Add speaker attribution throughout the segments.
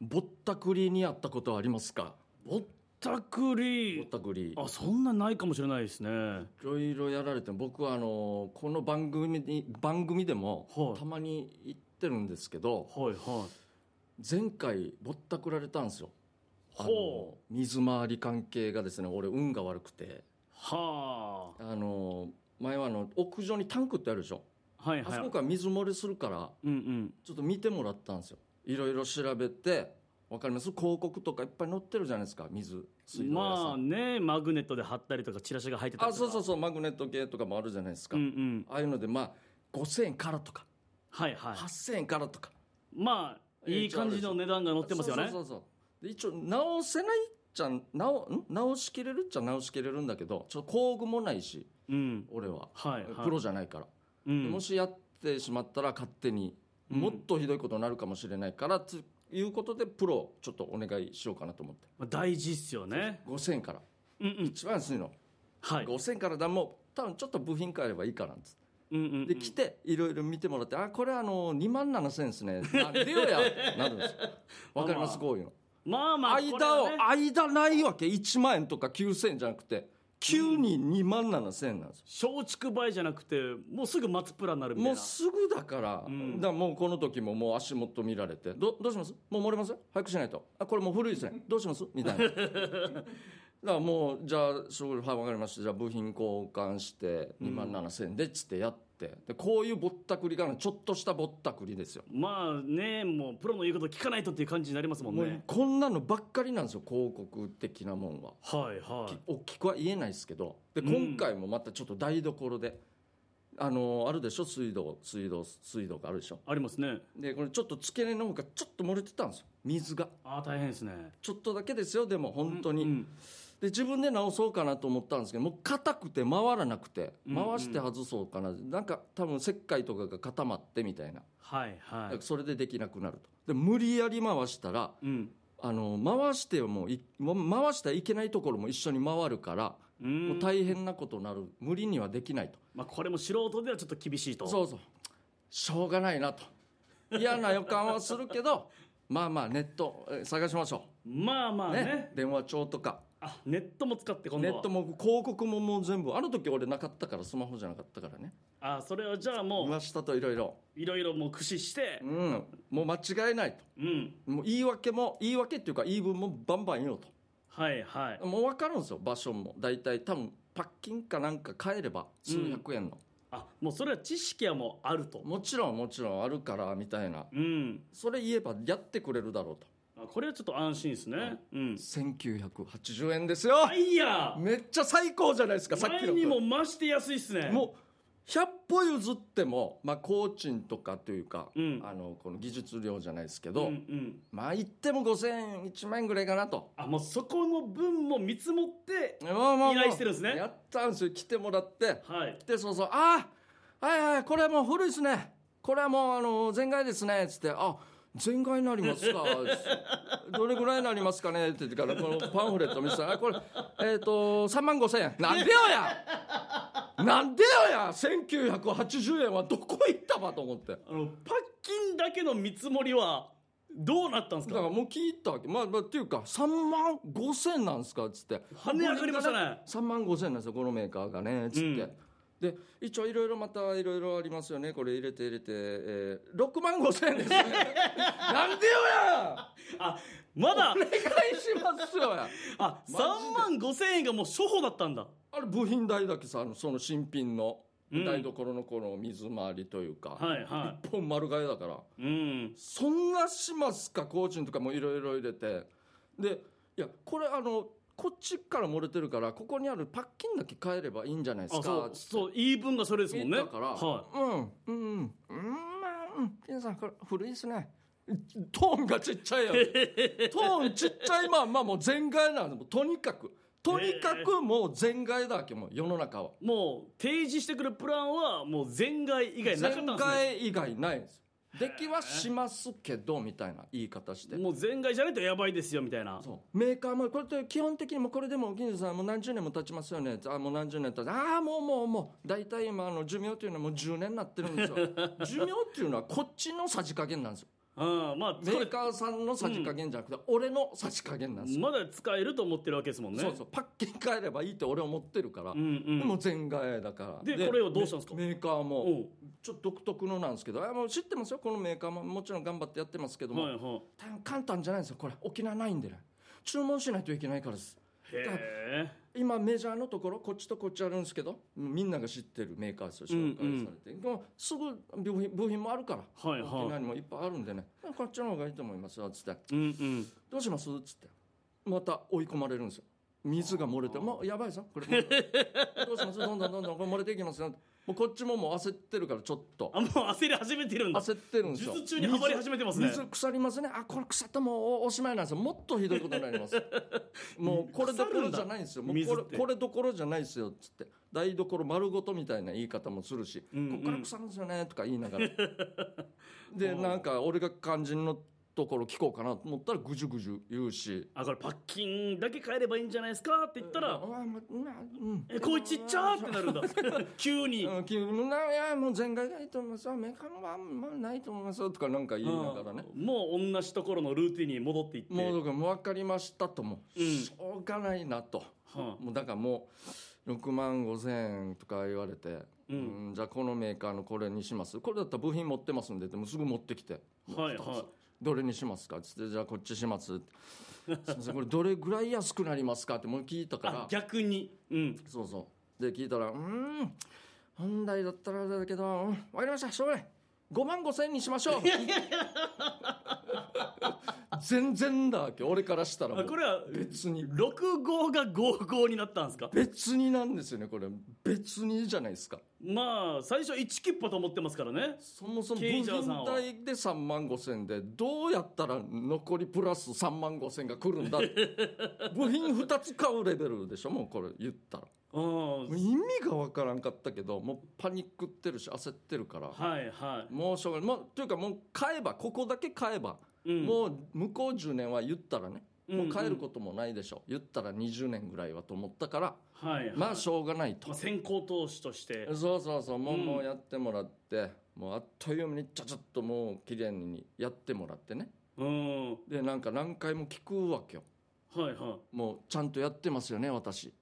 Speaker 1: ぼったくりにあったことはありますか
Speaker 2: ぼったく
Speaker 1: ぼっ
Speaker 2: り
Speaker 1: たくり
Speaker 2: あそんなないかもしれないですね
Speaker 1: いろいろやられても僕はあのこの番組に番組でも
Speaker 2: はい
Speaker 1: たまに行ってるんですけど
Speaker 2: はいはい
Speaker 1: 前回ぼったくられたんですよあの
Speaker 2: ほ
Speaker 1: 水回り関係がですね俺運が悪くて
Speaker 2: は
Speaker 1: あの前はあの屋上にタンクってあるでしょ
Speaker 2: あはい
Speaker 1: あそ
Speaker 2: は
Speaker 1: こ
Speaker 2: い
Speaker 1: から水漏れするから
Speaker 2: うんうん
Speaker 1: ちょっと見てもらったんですよいろいろ調べてわかります広告とかいっぱい載ってるじゃないですか水水道屋さん、
Speaker 2: まあねマグネットで貼ったりとかチラシが入ってた
Speaker 1: あ
Speaker 2: りとか
Speaker 1: そうそうそうマグネット系とかもあるじゃないですか、
Speaker 2: うんうん
Speaker 1: ああいうのでまあ5000円からとか
Speaker 2: はいはい
Speaker 1: 8000円からとか
Speaker 2: まあいい感じの値段が載ってますよね
Speaker 1: そうそうそうそうで一応直せないっちゃ直ん直しきれるっちゃ直しきれるんだけどちょっと工具もないし
Speaker 2: うん
Speaker 1: 俺は、
Speaker 2: はいはい
Speaker 1: プロじゃないから、
Speaker 2: うん
Speaker 1: でもしやってしまったら勝手にもっとひどいことになるかもしれないからということでプロちょっとお願いしようかなと思って
Speaker 2: まあ大事っすよね
Speaker 1: 5000円から
Speaker 2: うんうん
Speaker 1: 一番安いの、
Speaker 2: はい
Speaker 1: 5000円からだもう多分ちょっと部品変えればいいかなっつって
Speaker 2: うんうん
Speaker 1: で来ていろいろ見てもらって「あこれあの2万7000円ですね」なんでよ やなるんですよわかりますこういうの
Speaker 2: まあまあこれ
Speaker 1: 間
Speaker 2: は
Speaker 1: を
Speaker 2: ね
Speaker 1: 間ないわけ1万円とか9000円じゃなくて急に2万7000円なんですよ
Speaker 2: 松竹梅じゃなくてもうすぐ松プラになるみ
Speaker 1: も
Speaker 2: たいうな
Speaker 1: すぐだから、
Speaker 2: ん
Speaker 1: だからもうこの時ももう足元見られて「どどうしますもう漏れます早くしないとあこれもう古いですねどうします?」み たいなだからもうじゃあそうはいわかりましたじゃあ部品交換して2万7000円でっつってやってでこういうぼったくりがあるちょっとしたぼったくりですよ
Speaker 2: まあねもうプロの言うこと聞かないとっていう感じになりますもん
Speaker 1: もう
Speaker 2: ね
Speaker 1: こんなのばっかりなんですよ広告的なもんは
Speaker 2: はいはい
Speaker 1: 大きくは言えないですけどで
Speaker 2: うん
Speaker 1: 今回もまたちょっと台所で、あのあるでしょ水道水道水道があるでしょ
Speaker 2: ありますね
Speaker 1: でこれちょっと付け根の方がちょっと漏れてたんですよ水が
Speaker 2: ああ大変ですね
Speaker 1: ちょっとだけですよでも本当に、
Speaker 2: うん
Speaker 1: で自分で直そうかなと思ったんですけどもう硬くて回らなくて
Speaker 2: うんうん
Speaker 1: 回して外そうかな、なんか多分石灰とかが固まってみたいな、
Speaker 2: はいは
Speaker 1: なん
Speaker 2: い
Speaker 1: かそれでできなくなるとで無理やり回したら
Speaker 2: うん
Speaker 1: あの回してもいもう回したらいけないところも一緒に回るから、
Speaker 2: うん
Speaker 1: もう大変なことになる無理にはできない
Speaker 2: まあこれも素人ではちょっと厳しいと
Speaker 1: とそうそうしょうがないなと嫌な予感はするけど まあまあネットえ探しましょ
Speaker 2: まあま
Speaker 1: う、
Speaker 2: あ
Speaker 1: ね
Speaker 2: ね
Speaker 1: 電話帳とか
Speaker 2: あネットも使って今
Speaker 1: ネ
Speaker 2: 度は
Speaker 1: ットも広告ももう全部あの時俺なかったからスマホじゃなかったからね
Speaker 2: あそれはじゃあも
Speaker 1: 見ましたといろいろ
Speaker 2: ういろいろもう駆使して
Speaker 1: うんもう間違えない
Speaker 2: うん
Speaker 1: ともう言い訳も言い訳っていうか言い分もバンバン言おうと
Speaker 2: はいはい
Speaker 1: もう分かるんですよ場所も大体多分パッキンかなんか買えれば数百円の、
Speaker 2: あもうそれは知識はもうあると
Speaker 1: もちろんもちろんあるからみたいな
Speaker 2: うん
Speaker 1: それ言えばやってくれるだろうと
Speaker 2: あこれはちょっと安心ですねうん
Speaker 1: 1980円ですよ、
Speaker 2: あいや
Speaker 1: めっちゃ最高じゃないですかさっき
Speaker 2: 前
Speaker 1: の
Speaker 2: にも増して安いっすね
Speaker 1: もう100歩譲ってもまあ工賃とかというか、
Speaker 2: うん
Speaker 1: あのこの技術料じゃないですけど、
Speaker 2: うんうん
Speaker 1: まあ言っても5000円1万円ぐらいかなと
Speaker 2: あもうそこの分も見積もって
Speaker 1: まあまあまあ
Speaker 2: 依頼してるんですね
Speaker 1: やったんですよ来てもらって
Speaker 2: はい
Speaker 1: でそうそう「ああはいはいこれもう古いですねこれはもうあの全外ですね」っつって「あ全外になりますか」 どれぐらいになりますかね?」って言ってからこのパンフレット見せたらあ「これえっ、と3万5千円なんでよやなんでよや1980円はどこ行ったば」と思って。
Speaker 2: あのパッキンだけの見積もりはどうなったんです
Speaker 1: だか
Speaker 2: から
Speaker 1: もう聞いたわけ、まあ、まあっていうか3万5千なんですかっつって
Speaker 2: 跳ね上がりましたね
Speaker 1: 3万5千なんですよこのメーカーがねっつって、
Speaker 2: うん
Speaker 1: で一応いろいろまたいろいろありますよねこれ入れて入れて、えー、6万5千です ねなんでよや
Speaker 2: あま
Speaker 1: お
Speaker 2: だ
Speaker 1: 願いしますよや
Speaker 2: あ
Speaker 1: マジで
Speaker 2: 3万5千円がもう初歩だったんだ
Speaker 1: あれ部品代だけさあのその新品の
Speaker 2: うん
Speaker 1: 台所のこの水回りというか、
Speaker 2: はいは
Speaker 1: 一本丸替えだから
Speaker 2: いうん
Speaker 1: そんなしますかコーチンとかもいろいろ入れてでいやこれあのこっちから漏れてるからここにあるパッキンだけ変えればいいんじゃないです
Speaker 2: あ
Speaker 1: か
Speaker 2: そう
Speaker 1: つって
Speaker 2: そう言い分がそれですもんね
Speaker 1: だから、
Speaker 2: は
Speaker 1: うんうんうんうんまあうん皆さんこれ古いですねトーンがちっちゃいよトーンちっちゃいまあまあもう全外なんでもうとにかくとにかくもう全外だわけもう世の中は
Speaker 2: いう もう提示してくるプランはもう全外以外なかった
Speaker 1: 全
Speaker 2: んですね
Speaker 1: 外以外ないんですよできはしますけどみたいな言い方して
Speaker 2: もう全外じゃないとやばいですよみたいな
Speaker 1: そうメーカーもこれって基本的にもうこれでも金さんもう何十年も経ちますよねあもう何十年経つああもうもうもう大体今あの寿命というのはもう10年になってるんですよ寿命っていうのはこっちのさじ加減なんですよ
Speaker 2: うん、まあ、
Speaker 1: メ
Speaker 2: これ
Speaker 1: ー、カーさんのさじ加減じゃなくて、俺のさじ加減なんですよ、
Speaker 2: まだ使えると思ってるわけですもんね。
Speaker 1: そうそうパッケージ変えればいいって俺は思ってるから、
Speaker 2: うんうん。
Speaker 1: でも全替えだから
Speaker 2: でこれをどうしたんですか
Speaker 1: メメーカーも、
Speaker 2: おう
Speaker 1: ちょっと独特のなんですけどあもう知ってますよこのメーカーももちろん頑張ってやってますけども、
Speaker 2: はいは
Speaker 1: 大変簡単じゃないんですよこれ沖縄ないんでね注文しないといけないからです
Speaker 2: い。へ
Speaker 1: 今メジャーのところこっちとこっちあるんですけどみんなが知ってるメーカーですよ紹介されて、でもすぐ部品部品もあるから、
Speaker 2: え。はい
Speaker 1: 沖縄
Speaker 2: は
Speaker 1: にもいっぱいあるんでねこっちの方がいいと思いますよつって
Speaker 2: い。うんうん。
Speaker 1: どうしますつってまた追い込まれるんですよ水が漏れてもうやばいぞこれ どうしますどんどんどんどんこれ漏れていきますよもうこっちももう焦ってるからちょっと
Speaker 2: あ、もう焦り始めてるんだ。
Speaker 1: 焦ってるんですよ
Speaker 2: 術中にハマり始めてますね
Speaker 1: 水水腐りますねあこれ腐ったもうおおしまいなんですよもっとひどいことになり ますもうこれどころじゃないんですよもうこ
Speaker 2: 水っ
Speaker 1: れ
Speaker 2: て
Speaker 1: これどころじゃないですよっつって台所丸ごとみたいな言い方もするし、
Speaker 2: うんうん
Speaker 1: こっから腐るんですよねとか言いな がらでなんか俺が肝心のところ聞こうかなと思ったらぐじゅぐじゅ言うし
Speaker 2: あ、これパッキンだけ変えればいいんじゃないですかって言った
Speaker 1: う
Speaker 2: ら、
Speaker 1: んあまうん
Speaker 2: え、こいちっちゃーってな るんだ。急に。
Speaker 1: うん君もないやもう全開がいいと思いますよメカノはまあないと思いますよとかなんか言いながらね
Speaker 2: うんもう同じところのルーティンに戻っていって。
Speaker 1: もうだからもう分かりましたともう、
Speaker 2: うん
Speaker 1: しょうがないなと、
Speaker 2: はあ
Speaker 1: もうだからもう6万5千円とか言われて、
Speaker 2: うん
Speaker 1: うんじゃあこのメーカーのこれにしますこれだったら部品持ってますんででもうすぐ持ってきて
Speaker 2: はいは
Speaker 1: どれにしますかっつってじゃあこっちしますってすいませんこれどれぐらい安くなりますかってもう聞いた
Speaker 2: い。あ
Speaker 1: か、ら
Speaker 2: 逆に。うん。
Speaker 1: そうそうで聞いたらうーん本来だったらあれだけど、うん、分かりましたしょうがない5万5千円にしましょう全然だわけ俺からしたらも
Speaker 2: あ、
Speaker 1: う
Speaker 2: これは、
Speaker 1: 別に
Speaker 2: 6号が5号になったんですか
Speaker 1: 別になんですよねこれ別にじゃないですか
Speaker 2: まあ、最初1切符と思ってますからね。
Speaker 1: そもそも部
Speaker 2: ケイ
Speaker 1: 品
Speaker 2: ジャーさんは
Speaker 1: 代で3万5千でどうやったら残りプラス3万5千が来るんだ 部品2つ買うレベルでしょもうこれ言ったら
Speaker 2: うん。
Speaker 1: もう意味がわからんかったけどもうパニックってるし焦ってるから
Speaker 2: はいは
Speaker 1: もうしょうがないもうというかもう買えばここだけ買えば、
Speaker 2: い。うん。
Speaker 1: もう向こう10年は言ったらねもう
Speaker 2: 帰
Speaker 1: 帰ることもないでしょ、言ったら20年ぐらいはと思ったから
Speaker 2: と。はいはい。
Speaker 1: まあしょうがないと
Speaker 2: まあ、先行投資として。
Speaker 1: そうそうそうもう,、
Speaker 2: うん
Speaker 1: もうやってもらってもうあっという間にちゃちゃっともう綺麗にやってもらってね
Speaker 2: うん。は
Speaker 1: でなんか何回も聞くわけよ
Speaker 2: いは。
Speaker 1: もうちゃんとやってますよね私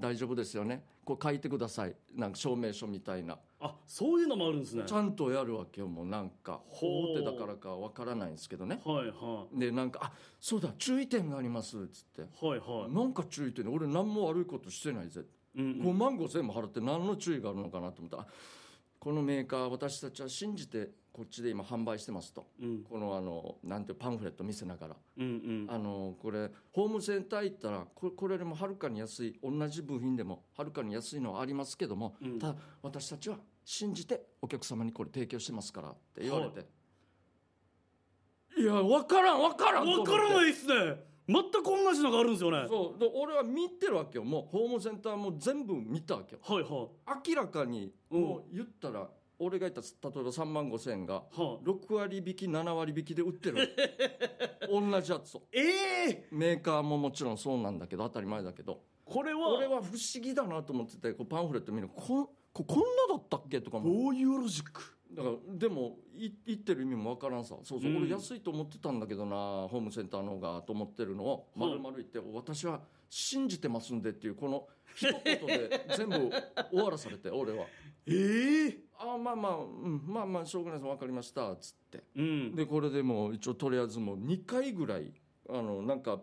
Speaker 1: 大丈夫ですよねこう書いてくださいなんか証明書みたいない
Speaker 2: あ、そういうのもあるんですね。
Speaker 1: ちゃんとやるわけよもうなんか
Speaker 2: ほ
Speaker 1: 法
Speaker 2: う
Speaker 1: 手だからかわからないんですけどね
Speaker 2: はいは
Speaker 1: でなんか「あそうだ注意点があります」っつって
Speaker 2: い。は
Speaker 1: 「
Speaker 2: いはい。
Speaker 1: なんか注意点俺何も悪いことしてないぜ」
Speaker 2: うんう
Speaker 1: 5
Speaker 2: ん。
Speaker 1: 万5千円も払って何の注意があるのかなと思ったらあこのメーカー私たちは信じてこっちで今販売してますと
Speaker 2: うん
Speaker 1: このあのなんていうパンフレット見せながら、
Speaker 2: うんうん。
Speaker 1: あのこれホームセンター行ったらこれこれよりもはるかに安い同じ部品でもはるかに安いのはありますけども、
Speaker 2: うん
Speaker 1: ただ私たちは信じてお客様にこれ提供してますからって言われて、い、や分からん分からんと思
Speaker 2: わ
Speaker 1: って
Speaker 2: からないっすね全く同じのがあるんですよねはい
Speaker 1: そうで俺は見てるわけよもうホームセンターも全部見たわけよ
Speaker 2: はいは
Speaker 1: 明らかに
Speaker 2: うん
Speaker 1: もう言ったら、俺が言った例えば3万5千円が
Speaker 2: あ
Speaker 1: 6割引き7割引きで売ってる 同じやつを
Speaker 2: ええ
Speaker 1: メーカーももちろんそうなんだけど当たり前だけど
Speaker 2: これは
Speaker 1: 俺は不思議だなと思っててこうパンフレット見るこんここんなだったっけとかも
Speaker 2: どういうロジック
Speaker 1: だからでもい言ってる意味もわからんさそうそう、
Speaker 2: うん
Speaker 1: 俺安いと思ってたんだけどなホームセンターの方がと思ってるのを
Speaker 2: はい
Speaker 1: 丸々言って、私は信じてますんでっていうこの一言で全部終わらされて 俺は。
Speaker 2: ええ
Speaker 1: あまあまあ、うん、まあまあしょうがないです分かりましたっつって
Speaker 2: うん
Speaker 1: でこれでもう一応とりあえずもう2回ぐらいあのなんか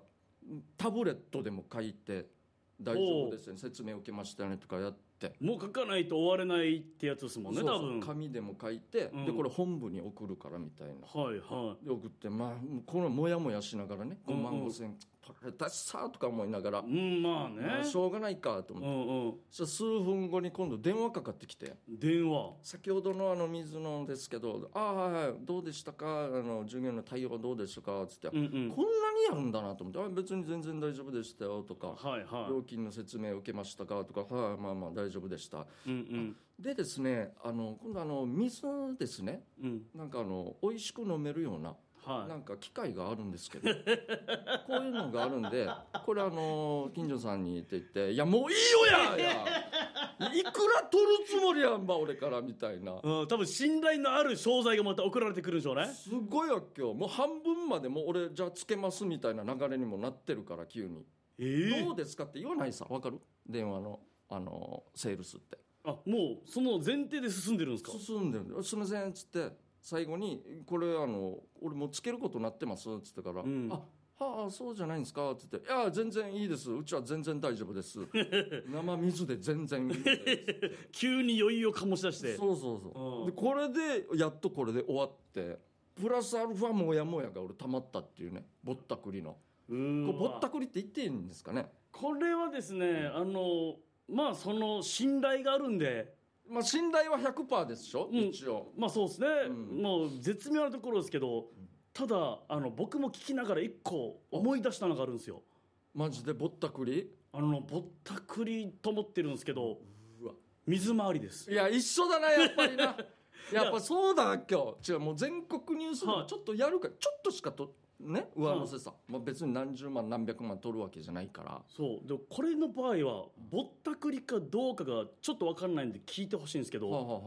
Speaker 1: タブレットでも書いて「大丈夫ですよね説明受けましたよね」とかやって。
Speaker 2: もう書かないと終われないってやつですもんね
Speaker 1: そう
Speaker 2: 多
Speaker 1: そう
Speaker 2: 分
Speaker 1: 紙でも書いて、
Speaker 2: うん
Speaker 1: でこれ本部に送るからみたいな
Speaker 2: はいは
Speaker 1: で送ってまあこのモヤモヤしながらね5万
Speaker 2: うんうん
Speaker 1: 5千取られたしさとか思いながら、
Speaker 2: いうんまあね、
Speaker 1: まあしょうがないかと思って、
Speaker 2: うんうん
Speaker 1: そしたら数分後に今度電話かかってきて、
Speaker 2: 電話
Speaker 1: 先ほどのあの水野ですけど「ああはいはいどうでしたかあの従業員の対応はどうでしたか」っつって、
Speaker 2: うんうん
Speaker 1: こんなにやるんだなと思ってあ「別に全然大丈夫でしたよ」とか
Speaker 2: は
Speaker 1: 「
Speaker 2: いは
Speaker 1: 料金の説明を受けましたか」とか「はいまあまあ大丈夫でした
Speaker 2: いうん」
Speaker 1: でですねあの今度あの水ですね
Speaker 2: うんうん
Speaker 1: なんかあの美味しく飲めるような
Speaker 2: はい
Speaker 1: なんか機械があるんですけど こういうのがあるんでこれあの近所さんにって言って「いやもういいよや!」やいくら取るつもりやんば俺からみたいな
Speaker 2: うん、多分信頼のある商材がまた送られてくるんでしょうね。
Speaker 1: すごいわ今日もう半分までもう俺じゃあつけますみたいな流れにもなってるから急に「
Speaker 2: ええ
Speaker 1: どうですか?」って言わないさわかる電話のあのセールスって
Speaker 2: あ、もうその前提で進んでるんですか。
Speaker 1: 進んでる「すみません」っつって最後に「これあの俺もうつけることになってます」っつってから「
Speaker 2: うん
Speaker 1: あはあそうじゃないんですか」っつって「いや全然いいですうちは全然大丈夫 です」「生水で全然いいです
Speaker 2: 急に余裕を醸し出し」て。
Speaker 1: そうそうそう
Speaker 2: うん
Speaker 1: でこれでやっとこれで終わってプラスアルファモヤモヤが俺たまったっていうねぼったくりの
Speaker 2: うーん
Speaker 1: これぼったくりって言っていいんですかね
Speaker 2: これはですね、あの、まあその信頼があるんで、
Speaker 1: まあ信頼は100%でしょ、
Speaker 2: うん
Speaker 1: 一応
Speaker 2: まあそうですね、
Speaker 1: うん
Speaker 2: もう絶妙なところですけど、ただ、あの、僕も聞きながら一個思い出したのがあるんですよ。
Speaker 1: マジでぼったくり
Speaker 2: あの、ぼったくりと思ってるんですけど、
Speaker 1: うわ
Speaker 2: 水回りです。
Speaker 1: いや一緒だなやっぱりなやっぱそうだ今日違うもう全国ニュースで
Speaker 2: は
Speaker 1: も
Speaker 2: い
Speaker 1: ちょっとやるからちょっとしかとね上乗せさ、まあ、別に何十万何百万取るわけじゃないから
Speaker 2: そうでこれの場合はぼったくりかどうかがちょっと分かんないんで聞いてほしいんですけど、
Speaker 1: はあ、は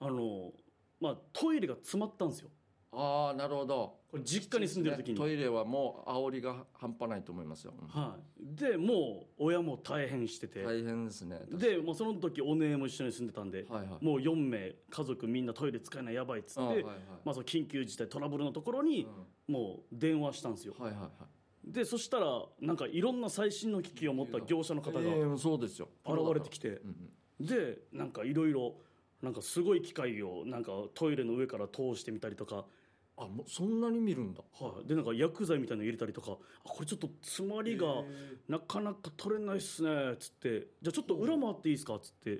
Speaker 1: あは
Speaker 2: あのまあトイレが詰まったんですよ
Speaker 1: あはあ、あーなるほど
Speaker 2: これ実家に住んでる時に、
Speaker 1: トイレはもう煽りが半端ないと思いますよ、うん
Speaker 2: はい、でもう親も大変してて、
Speaker 1: 大変ですね
Speaker 2: で、もうその時お姉も一緒に住んでたんで、
Speaker 1: はいはい
Speaker 2: もう4名家族みんなトイレ使えないやばいっつって、
Speaker 1: あーはいはい
Speaker 2: まあ、その緊急事態トラブルのところに
Speaker 1: う
Speaker 2: もう電話したんですよ
Speaker 1: んはいはいはい
Speaker 2: でそしたらなんかいろんな最新の機器を持った業者の方
Speaker 1: え
Speaker 2: が現
Speaker 1: ーそうですよ
Speaker 2: れてきて、
Speaker 1: うんうん
Speaker 2: でなんかいろいろなんかすごい機械をなんかトイレの上から通してみたりとか、
Speaker 1: あもうそんなに見るんだ
Speaker 2: はい、でなんか薬剤みたいなの入れたりとかあこれちょっと詰まりがなかなか取れないっすねっつってじゃあちょっと裏回っていいですかっつって、
Speaker 1: ん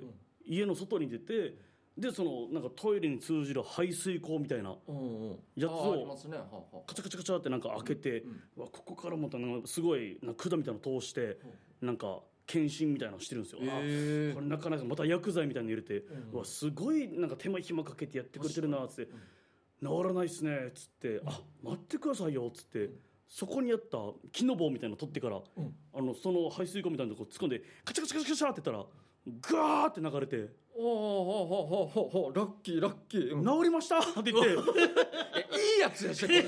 Speaker 2: 家の外に出てでそのなんかトイレに通じる排水口みたいな
Speaker 1: うんうん、
Speaker 2: やつを
Speaker 1: あありますね、はあはあ
Speaker 2: カチャカチャカチャってなんか開けて、
Speaker 1: うん
Speaker 2: うわここからまたなんかすごいなんか管みたいなの通してなんか検診みたいなのしてるんですよ。あ
Speaker 1: え
Speaker 2: これなかなかまた薬剤みたいに入れて、
Speaker 1: う
Speaker 2: うんわすごいなんか手間暇かけてやってくれてるなっつって、治らないっすねっつって、あ待ってくださいよっつって、そこにあった木の棒みたいなの取ってから、
Speaker 1: ん
Speaker 2: あのその排水溝みたいなとこ突っ込んでカチャカチャカチャカチャって言ったらガーって流れて
Speaker 1: おおほほほほラッキーラッキー、
Speaker 2: 「
Speaker 1: うん
Speaker 2: 治りました!」 って言って
Speaker 1: えいいやつやしこれ いい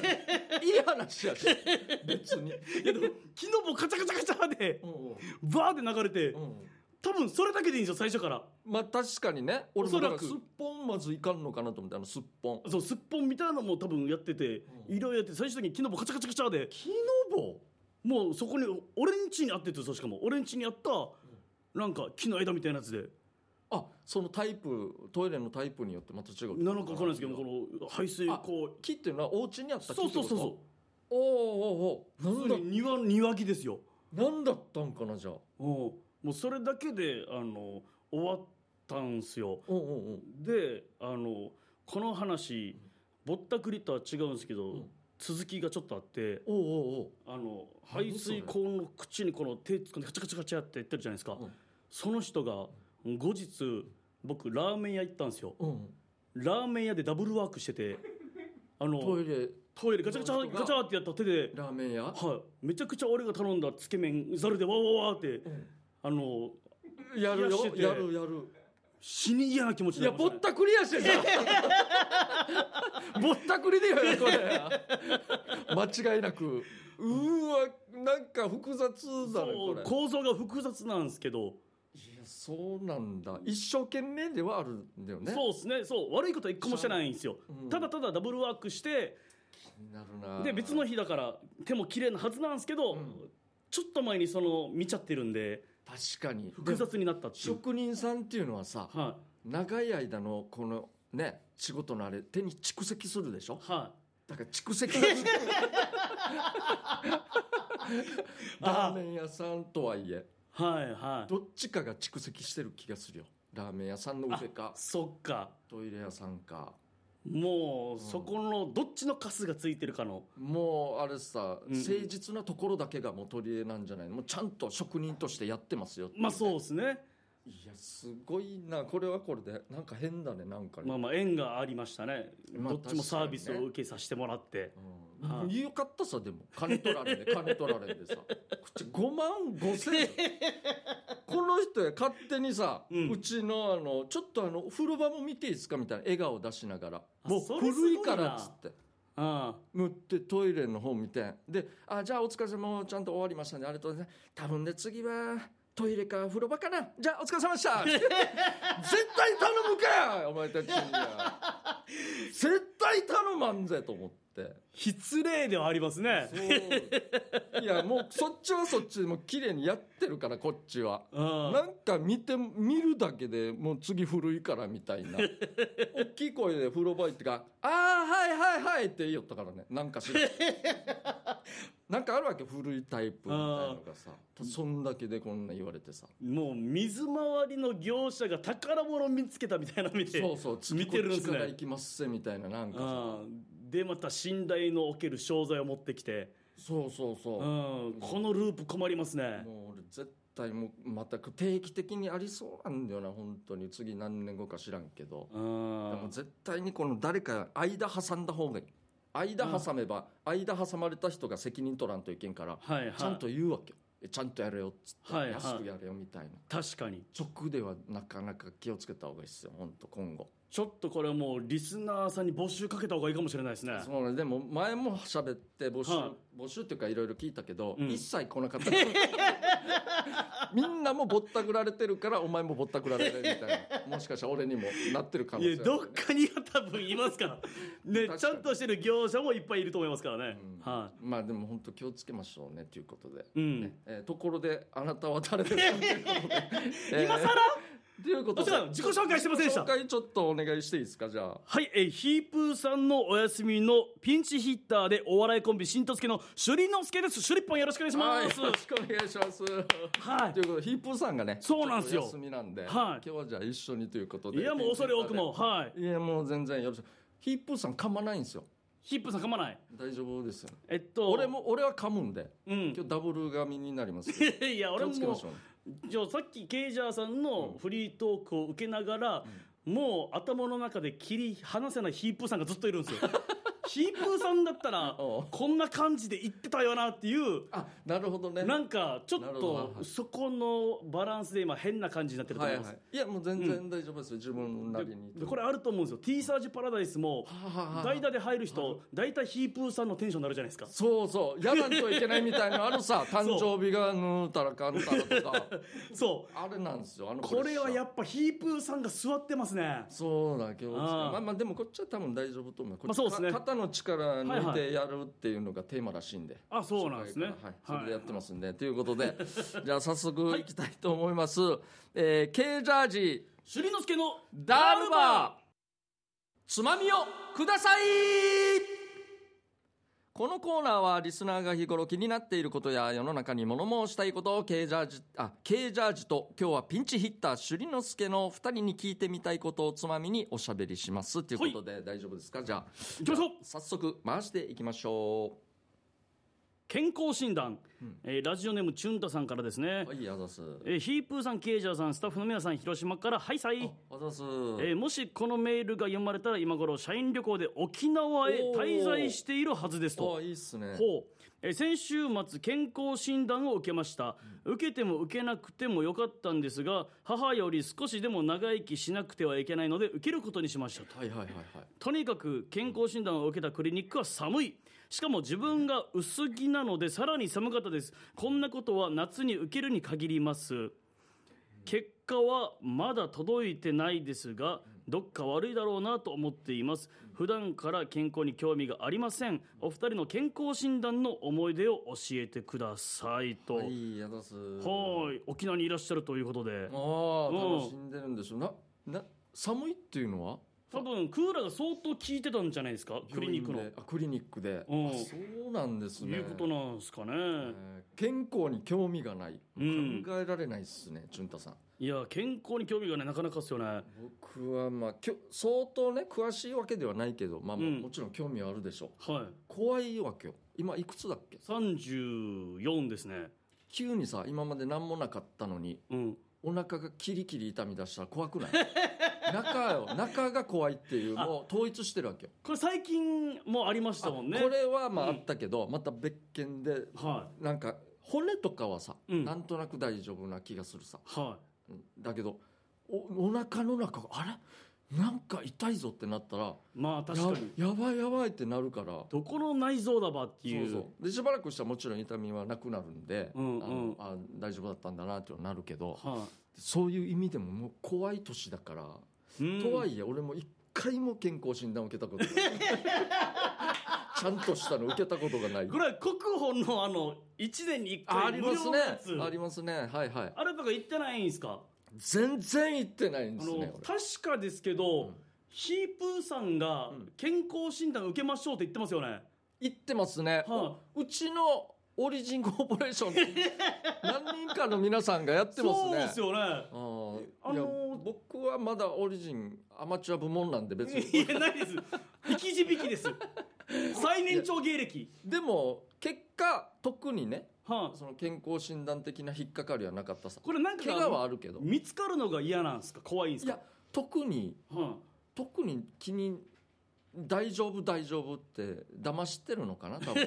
Speaker 1: 話やし 別に
Speaker 2: いやでも木の棒カチャカチャカチャで
Speaker 1: うんうん
Speaker 2: バーって流れて、
Speaker 1: うん
Speaker 2: 多分それだけでいいんですよ最初から。
Speaker 1: まあ確かにね俺もだから
Speaker 2: おそ
Speaker 1: す
Speaker 2: ら
Speaker 1: っ
Speaker 2: く
Speaker 1: ぽんまずいかんのかなと思ってあのすっぽん
Speaker 2: そうすっぽんみたいなのも多分やってて
Speaker 1: うん
Speaker 2: いろいろやって最終的に木の棒カチャカチャカチャで
Speaker 1: 木の棒
Speaker 2: もうそこに俺ん家にあっててそうしかも俺ん家にあったなんか木の枝みたいなやつで
Speaker 1: あそのタイプトイレのタイプによってまた違う
Speaker 2: なのか分からないですけどこの排水
Speaker 1: あ
Speaker 2: 口
Speaker 1: 木っていうのはお家にあった木
Speaker 2: そ
Speaker 1: っ
Speaker 2: う
Speaker 1: てこ
Speaker 2: そ
Speaker 1: と
Speaker 2: うそうそ
Speaker 1: おおお
Speaker 2: う
Speaker 1: お
Speaker 2: 普
Speaker 1: なんだ
Speaker 2: 通に庭庭木ですよ
Speaker 1: なんだったんかなじゃあ
Speaker 2: うんもうそれだけであの終わったんすよ
Speaker 1: うんうんうん
Speaker 2: であのこの話ぼったくりとは違うんですけど、
Speaker 1: うん
Speaker 2: 続きがちょっとあって
Speaker 1: おうおうおう
Speaker 2: あの
Speaker 1: 何
Speaker 2: 排
Speaker 1: それ
Speaker 2: 水口の口にこの手突っ込んでカチャカチャカチャってやってるじゃないですか、
Speaker 1: うん
Speaker 2: その人が後日僕ラーメン屋行ったんですよ
Speaker 1: うん
Speaker 2: ラーメン屋でダブルワークしててあの
Speaker 1: ト
Speaker 2: トイ
Speaker 1: イレ
Speaker 2: レガチャ
Speaker 1: の
Speaker 2: ガチ
Speaker 1: 人
Speaker 2: ャ
Speaker 1: が
Speaker 2: ガチャってやった手で、
Speaker 1: ラーメン屋
Speaker 2: はい、めちゃくちゃ俺が頼んだつけ麺ざるでわーわーわーってあの
Speaker 1: やる
Speaker 2: 冷や
Speaker 1: よ
Speaker 2: してて
Speaker 1: やるやる
Speaker 2: 死に嫌な気持ち
Speaker 1: い
Speaker 2: にな
Speaker 1: や
Speaker 2: り
Speaker 1: ぼ
Speaker 2: まし
Speaker 1: ったくりや してたぼったくりでよこれ間違いなくうーわなんか複雑だ
Speaker 2: た
Speaker 1: ね
Speaker 2: ね
Speaker 1: こ
Speaker 2: そう
Speaker 1: れ
Speaker 2: 構造が複雑なんですけど、
Speaker 1: いやそうなんだ一生懸命ではあるんだよね
Speaker 2: そうですねそう悪いことは一個もしてないんですよ、
Speaker 1: うん
Speaker 2: ただただダブルワークして
Speaker 1: 気になるな
Speaker 2: で別の日だから手も綺麗なはずなんですけど、
Speaker 1: うん
Speaker 2: ちょっと前にその見ちゃってるんで
Speaker 1: 確かに
Speaker 2: 複
Speaker 1: で
Speaker 2: 雑になったっていう、
Speaker 1: 職人さんっていうのはさ
Speaker 2: は
Speaker 1: 長い間のこのね仕事のあれ手に蓄積するでしょ
Speaker 2: いはい
Speaker 1: だから蓄積 がラーメン屋さんとはいえ
Speaker 2: はいはい
Speaker 1: どっちかが蓄積してる気がするよラーメン屋さんの腕か
Speaker 2: そっか
Speaker 1: トイレ屋さんかん
Speaker 2: もうそこのどっちのカスがついてるかの
Speaker 1: もうあれさ、
Speaker 2: うんうん
Speaker 1: 誠実なところだけがもう取り柄なんじゃないのもうちゃんと職人としてやってますよってい
Speaker 2: まあそうですね
Speaker 1: いやすごいなこれはこれでなんか変だねなんかね、
Speaker 2: まあまあ縁がありましたね
Speaker 1: まあ
Speaker 2: どっちもサービス
Speaker 1: 確かに
Speaker 2: を
Speaker 1: ね
Speaker 2: 受けさせてもらって
Speaker 1: うん
Speaker 2: はい
Speaker 1: よかったさでも金取られ んで金取られんでさこっち5万5千 この人や勝手にさ、う
Speaker 2: うん
Speaker 1: ちのあのちょっとあの風呂場も見ていいですかみたいな笑顔出しながら
Speaker 2: あ
Speaker 1: もう
Speaker 2: それすご
Speaker 1: 古
Speaker 2: い
Speaker 1: い
Speaker 2: な
Speaker 1: からっつって
Speaker 2: あ
Speaker 1: 塗ってトイレの方見てであじゃあお疲れ様ちゃんと終わりましたねありがとうございます多分で次はトイレか風呂場かなじゃあお疲れ様でした 絶対頼むかよお前たちには絶対頼まんぜと思って
Speaker 2: 失礼ではありますね
Speaker 1: そういやもうそっちはそっちでもう綺麗にやってるからこっちは
Speaker 2: うん
Speaker 1: なんか見て見るだけでもう次古いからみたいな大きい声で風呂場行ってか「ああはいはいはい」って言いよったからねなんかし らなんかあるわけ古いタイプみたいなのがさそんだけでこんな言われてさ
Speaker 2: もう水回りの業者が宝物を見つけたみたいなの見て
Speaker 1: そうそう次
Speaker 2: 見てるん
Speaker 1: こ
Speaker 2: で
Speaker 1: っち
Speaker 2: す
Speaker 1: から
Speaker 2: ね
Speaker 1: 行きますせみたいななんかさ
Speaker 2: うんでまた信頼のおける商材を持ってきて、
Speaker 1: そうそうそうう、
Speaker 2: ん、このループ困りますね
Speaker 1: もう俺絶対もうまた定期的にありそうなんだよな本当に次何年後か知らんけど、
Speaker 2: う
Speaker 1: でも
Speaker 2: ん
Speaker 1: 絶対にこの誰か間挟んだ方がいい間挟めば間挟まれた人が責任取らんといけんから
Speaker 2: はいはい
Speaker 1: ちゃんと言うわけよえちゃんとやれよっつって、
Speaker 2: はいはい
Speaker 1: 安くやれよみたいな
Speaker 2: 確かに
Speaker 1: 直ではなかなか気をつけた方がいいですよ本当今後
Speaker 2: ちょっとこれはもうリスナーさんに募集かけた方がいいかもしれないですね
Speaker 1: そうねでも前も喋って募集、
Speaker 2: はい
Speaker 1: 募集っていうかいろいろ聞いたけど、
Speaker 2: うん
Speaker 1: 一切来なかった みんなもぼったくられてるからお前もぼったくられるみたいなもしかしたら俺にもなってる可能
Speaker 2: い
Speaker 1: 性ある
Speaker 2: やどっかには多分いま すから
Speaker 1: 確
Speaker 2: ね
Speaker 1: かに
Speaker 2: ちゃんとしてる業者もいっぱいいると思いますからね、
Speaker 1: うん
Speaker 2: は
Speaker 1: まあでも本当気をつけましょうねということで、
Speaker 2: い、うん
Speaker 1: ねえーところであなたは誰ですかということで、
Speaker 2: 今更
Speaker 1: えーということで
Speaker 2: あ違う自己紹介してませんでし
Speaker 1: 自己
Speaker 2: た
Speaker 1: 紹介ちょっとお願いしていいですかじゃあ
Speaker 2: はい、えーヒープーさんのお休みのピンチヒッターでお笑いコンビしんとすけのしゅりのすけですしゅりっぽんよろしくお願いし
Speaker 1: はい
Speaker 2: ま
Speaker 1: よ
Speaker 2: す
Speaker 1: ろしくお願いしますと
Speaker 2: は い
Speaker 1: いうことでヒープーさんがね
Speaker 2: そうなんですよ
Speaker 1: ちょっとお休みなんで、
Speaker 2: はい
Speaker 1: 今日はじゃあ一緒にということで
Speaker 2: いやもう恐れ多くもはい
Speaker 1: いやもう全然よろしくヒープーさん噛まないんですよ
Speaker 2: ヒップさん噛まない
Speaker 1: 大丈夫ですよね
Speaker 2: えっと
Speaker 1: 俺も俺は噛むんで
Speaker 2: うん
Speaker 1: 今日ダブル噛みになります気
Speaker 2: いや俺
Speaker 1: を
Speaker 2: も
Speaker 1: つけましょうね
Speaker 2: じゃあさっきケイジャーさんのフリートークを受けながら、もう頭の中で切り離せないヒープーさんがずっといるんで すよヒープーさんだったら
Speaker 1: おう
Speaker 2: こんな感じで言ってたよなっていう
Speaker 1: あなるほどね
Speaker 2: なんかちょっ
Speaker 1: なるほどはいは
Speaker 2: と
Speaker 1: い
Speaker 2: そこのバランスで今変な感じになってると
Speaker 1: は
Speaker 2: 思
Speaker 1: い
Speaker 2: いま
Speaker 1: は
Speaker 2: す、
Speaker 1: い、いやもう全然大丈夫ですよ、自分なりに
Speaker 2: でこれあると思うんですよ T サージパラダイスも
Speaker 1: ははは
Speaker 2: 代打で入る人大体ヒープーさんのテンションになるじゃないですか
Speaker 1: そうそうやらんといけないみたいなのある さ誕生日がぬーたらかんたらとか
Speaker 2: そう
Speaker 1: あれなんですよあの
Speaker 2: これはや
Speaker 1: っ
Speaker 2: っぱヒープーさんが座ってますね
Speaker 1: そうだけど
Speaker 2: あー
Speaker 1: まあまあでもこっちは多分大丈夫と思うこっち
Speaker 2: まあそうですね
Speaker 1: か肩の力抜い
Speaker 2: はいは
Speaker 1: てやるっていうのがテーマらしいんで、
Speaker 2: あそうなんですね
Speaker 1: はい、それでやってますんで、ということ でじゃあ早速いきたいと思います、えー、K ジャージ
Speaker 2: 朱里之助の
Speaker 1: ダルバーつまみをくださいこのコーナーはリスナーが日頃気になっていることや世の中に物申したいことを K ジャージあ K ジャージと今日はピンチヒッター朱里之助の2人に聞いてみたいことをつまみにおしゃべりしますということで大丈夫ですかじゃあ
Speaker 2: いきましょう
Speaker 1: 早速回していきましょ
Speaker 2: 健康診断、えーラジオネームチュンタさんからですね
Speaker 1: う、はいあざす
Speaker 2: えーヒープーさんケイジャーさんスタッフの皆さん広島からはいさい
Speaker 1: あざす
Speaker 2: えーもしこのメールが読まれたら今頃社員旅行で沖縄へ滞在しているはずですと
Speaker 1: あいいっすね
Speaker 2: ほうえー先週末健康診断を受けました、受けても受けなくてもよかったんですが母より少しでも長生きしなくてはいけないので受けることにしましたと
Speaker 1: はいはいはいはい
Speaker 2: とにかく健康診断を受けたクリニックは寒いしかも自分が薄着なのでさらに寒かったですこんなことは夏に受けるに限ります結果はまだ届いてないですがどっか悪いだろうなと思っています普段から健康に興味がありませんお二人の健康診断の思い出を教えてくださいと、
Speaker 1: は
Speaker 2: はい、
Speaker 1: いあざす
Speaker 2: 沖縄にいらっしゃるということで
Speaker 1: ああ
Speaker 2: うん
Speaker 1: 楽しんでるんでしょなな寒いっていうのは
Speaker 2: 多分クーラーが相当効いてたんじゃないですかクリニックの
Speaker 1: 病院であクリニックで、
Speaker 2: うん
Speaker 1: あそうなんですね
Speaker 2: いうことなんですかね、
Speaker 1: えー健康に興味がない、
Speaker 2: うん
Speaker 1: 考えられないですね潤太さん
Speaker 2: いや健康に興味がねなかなかっすよね
Speaker 1: 僕はまあきょ相当ね詳しいわけではないけど、まあまあ
Speaker 2: うん
Speaker 1: もちろん興味はあるでしょう
Speaker 2: は
Speaker 1: 怖いわけよ今いくつだっけ
Speaker 2: い34ですね
Speaker 1: 急にさ今まで何もなかったのに
Speaker 2: うん
Speaker 1: お腹がキリキリ痛み出したら怖くない 中よ中が怖いっていうのを統一してるわけよ、
Speaker 2: これ最近もありましたもんね
Speaker 1: これはまあ
Speaker 2: う
Speaker 1: あ
Speaker 2: ん
Speaker 1: ったけど、また別件で
Speaker 2: は
Speaker 1: なんか骨とかはさ、
Speaker 2: うん
Speaker 1: なんとなく大丈夫な気がするさ
Speaker 2: いは
Speaker 1: うんだけどおお腹の中があれなんか痛いぞってなったら
Speaker 2: いまあ確かに
Speaker 1: ややばいやばいってなるから
Speaker 2: どこの内臓だばっ
Speaker 1: そ
Speaker 2: ていうう
Speaker 1: そうでしばらくしたらもちろん痛みはなくなるんで、
Speaker 2: うんうん
Speaker 1: あのあ大丈夫だったんだなってなるけど
Speaker 2: は
Speaker 1: そういう意味でももう怖い年だから、
Speaker 2: いうん
Speaker 1: とはいえ俺も一回も健康診断を受けたことない ちゃんとしたの受けたことがない
Speaker 2: これは国保のあの1年に1
Speaker 1: ああ
Speaker 2: 回
Speaker 1: り
Speaker 2: 無料
Speaker 1: ます
Speaker 2: の
Speaker 1: ね
Speaker 2: やつ
Speaker 1: ありますねはいはい
Speaker 2: あれとか行ってないんですか
Speaker 1: 全然行ってないん
Speaker 2: あ
Speaker 1: です
Speaker 2: の、
Speaker 1: ね俺
Speaker 2: 確かですけ
Speaker 1: う
Speaker 2: ど、
Speaker 1: ん
Speaker 2: ヒープーさんが
Speaker 1: うん
Speaker 2: 健康診断受けましょうって言ってますよね、
Speaker 1: 行ってますね、
Speaker 2: は
Speaker 1: うちのオリジン コーポレーション 何人かの皆さんがやってますね
Speaker 2: そうですよね
Speaker 1: あー
Speaker 2: あ
Speaker 1: い
Speaker 2: のー
Speaker 1: や僕はまだオリジンアマチュア部門なんで別に
Speaker 2: いやないです生き字引きです最年長芸歴
Speaker 1: でも結果特にね
Speaker 2: はい、
Speaker 1: その健康診断的な引っかかりはなかったさ
Speaker 2: これなんか
Speaker 1: 怪我はあるけど
Speaker 2: 見つかるのが嫌なんですか怖いんです
Speaker 1: い
Speaker 2: か
Speaker 1: や特に
Speaker 2: はい
Speaker 1: 特に気に大丈夫大丈夫って騙してるのかな多 分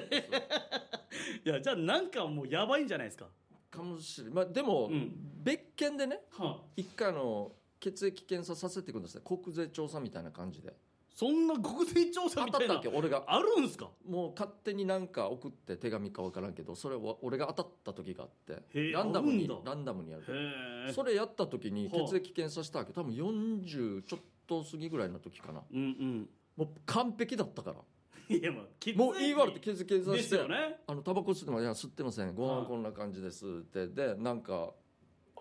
Speaker 2: いやじゃあなんかもうやばいんじゃないですか
Speaker 1: かもしれない、まあ、でも、
Speaker 2: うん
Speaker 1: 別件でね
Speaker 2: はい
Speaker 1: 一回あの血液検査させてください国税調査みたいな感じで
Speaker 2: そんな国税調査
Speaker 1: 当
Speaker 2: み
Speaker 1: た
Speaker 2: た
Speaker 1: った
Speaker 2: いな
Speaker 1: わけ俺が
Speaker 2: あるんですか
Speaker 1: もう勝手になんか送って手紙かわからんけどそれは俺が当たった時があっ
Speaker 2: へえ
Speaker 1: てランダムに
Speaker 2: あるんだ
Speaker 1: ランダムにやる
Speaker 2: へえ
Speaker 1: それやった時に
Speaker 2: はあ
Speaker 1: 血液検査したわけ多分40ちょっと過ぎぐらいの時かな
Speaker 2: うん
Speaker 1: もう完璧だったから
Speaker 2: うんいやまあ血液
Speaker 1: もう言いわれて血液検査
Speaker 2: で
Speaker 1: し
Speaker 2: す
Speaker 1: て
Speaker 2: よね
Speaker 1: あのタバコ吸ってもいや吸ってませんご
Speaker 2: は
Speaker 1: 飯
Speaker 2: い
Speaker 1: こんな感じですってでなんか「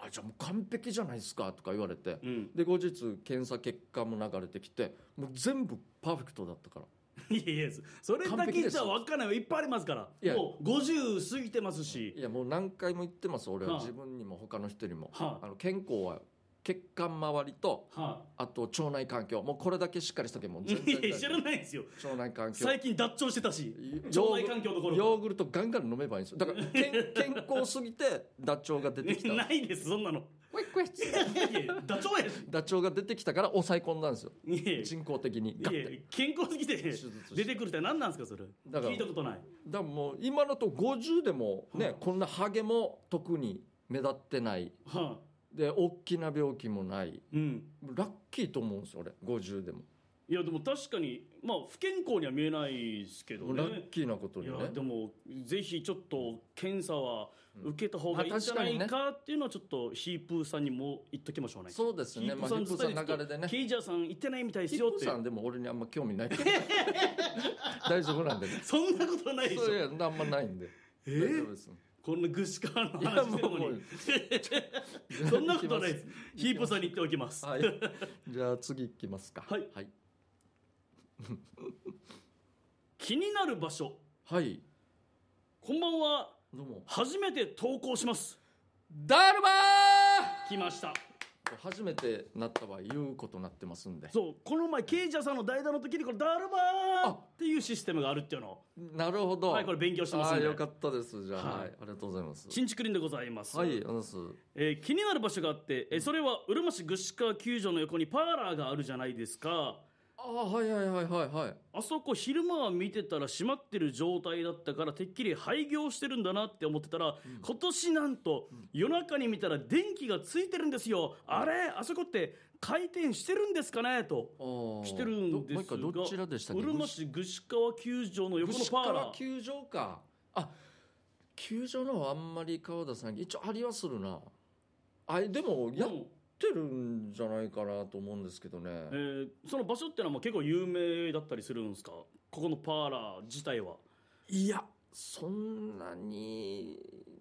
Speaker 1: あじゃあもう完璧じゃないですか」とか言われて
Speaker 2: うん
Speaker 1: で後日検査結果も流れてきてもう全部パーフェクトだったから
Speaker 2: いやいやそれだ
Speaker 1: 完璧
Speaker 2: け
Speaker 1: で
Speaker 2: じ
Speaker 1: す
Speaker 2: ゃ分かんないよいっぱいありますから
Speaker 1: いや
Speaker 2: もう50過ぎてますし
Speaker 1: いやもう何回も言ってます俺は
Speaker 2: はあ
Speaker 1: 自分にも他の人にも、
Speaker 2: は
Speaker 1: あの健康は血管周りと
Speaker 2: は
Speaker 1: あと腸内環境もうこれだけしっかりしとけもう
Speaker 2: い
Speaker 1: 全然
Speaker 2: いや
Speaker 1: 大
Speaker 2: 知
Speaker 1: 丈
Speaker 2: らないですよ
Speaker 1: 夫腸内環境
Speaker 2: 最近脱腸してたし
Speaker 1: ヨー
Speaker 2: 腸
Speaker 1: グ
Speaker 2: 内環境どこ
Speaker 1: ヨ
Speaker 2: ろ
Speaker 1: ーグルトガンガン飲めばいいんですよだからけん健康すぎてダチョウが出てき
Speaker 2: か
Speaker 1: た
Speaker 2: ないですそんなの
Speaker 1: クイックイッつって
Speaker 2: いやいや脱腸やし
Speaker 1: ダチョウが出てきたから抑え込んだんですよ
Speaker 2: いやいや
Speaker 1: 人工的にガ
Speaker 2: い
Speaker 1: ッ
Speaker 2: や
Speaker 1: て
Speaker 2: 健康すぎて
Speaker 1: 手術して
Speaker 2: 出てくるって何なんですかそれ
Speaker 1: だから
Speaker 2: 聞いたことない
Speaker 1: だからもう今のと50でもね、
Speaker 2: はい
Speaker 1: こんなハゲも特に目立ってない
Speaker 2: は
Speaker 1: で大きな病気もない
Speaker 2: いうん
Speaker 1: ラッキーと思うんですよ俺50でも
Speaker 2: いやでも確かにまあ不健康には見えないですけど
Speaker 1: ラッ
Speaker 2: ね
Speaker 1: キーなこと
Speaker 2: い
Speaker 1: にね
Speaker 2: やでもぜひちょっと検査は受けた方がいいんじゃ
Speaker 1: まあ確か
Speaker 2: ない
Speaker 1: にね
Speaker 2: かっていうのはちょっとヒープーさんにも言っときましょうね
Speaker 1: そうですねまあヒップさん流れでね
Speaker 2: ケイジャーさん行ってないみたいで
Speaker 1: ヒ
Speaker 2: すよ
Speaker 1: ッ
Speaker 2: っ
Speaker 1: プ
Speaker 2: て
Speaker 1: さんでも俺にあんま興味ない 大丈夫なんでね
Speaker 2: そんなことないでしょ
Speaker 1: そういやあんまないんで
Speaker 2: え
Speaker 1: 大丈
Speaker 2: ー
Speaker 1: 夫です
Speaker 2: こんなぐしからの
Speaker 1: いや
Speaker 2: 話
Speaker 1: も
Speaker 2: して
Speaker 1: う
Speaker 2: るの
Speaker 1: も
Speaker 2: に
Speaker 1: う
Speaker 2: そんなことない
Speaker 1: 行き
Speaker 2: です
Speaker 1: ま
Speaker 2: ヒープーさんに言っておきます
Speaker 1: はいじゃあ次行きますか
Speaker 2: はい
Speaker 1: はい、
Speaker 2: 気になる場所
Speaker 1: はい、
Speaker 2: こんばんは
Speaker 1: どうも
Speaker 2: 初めて投稿します
Speaker 1: ダルマ
Speaker 2: 来ました
Speaker 1: ー初めてなった場合言うことなってますんで
Speaker 2: そうこの前ケイジャーさんの代打の時にこれダルバー
Speaker 1: あ
Speaker 2: っていうシステムがあるっていうのを
Speaker 1: なるほど
Speaker 2: はいこれ勉強してますん
Speaker 1: あ
Speaker 2: で
Speaker 1: ーよかったですじゃあ、
Speaker 2: はい
Speaker 1: はいありがとうございます
Speaker 2: 新築林でございます、
Speaker 1: はいありがとうございます
Speaker 2: えー気になる場所があって、えーそれはうるま市ぐしか球場の横にパーラーがあるじゃないですか
Speaker 1: あーはいはいはいはいはい
Speaker 2: あそこ昼間は見てたら閉まってる状態だったからてっきり廃業してるんだなって思ってたら、今年なんと夜中に見たら電気がついてるんですよ、あれあそこって回転してるんですかねと
Speaker 1: あー
Speaker 2: 来てるんです
Speaker 1: どもう一回どちらでしたっ
Speaker 2: が
Speaker 1: け
Speaker 2: うるま市ぐし川球場の横の
Speaker 1: 牛
Speaker 2: パ
Speaker 1: か
Speaker 2: ーラ
Speaker 1: ら
Speaker 2: ー
Speaker 1: 球場かあ球場の方はあんまり川田さん一応ありはするなあでもやっ
Speaker 2: うん
Speaker 1: てるんじゃないかなと思うんですけどね、
Speaker 2: えーその場所ってのはもう結構有名だったりするんですかここのパーラー自体は。
Speaker 1: いやそんなに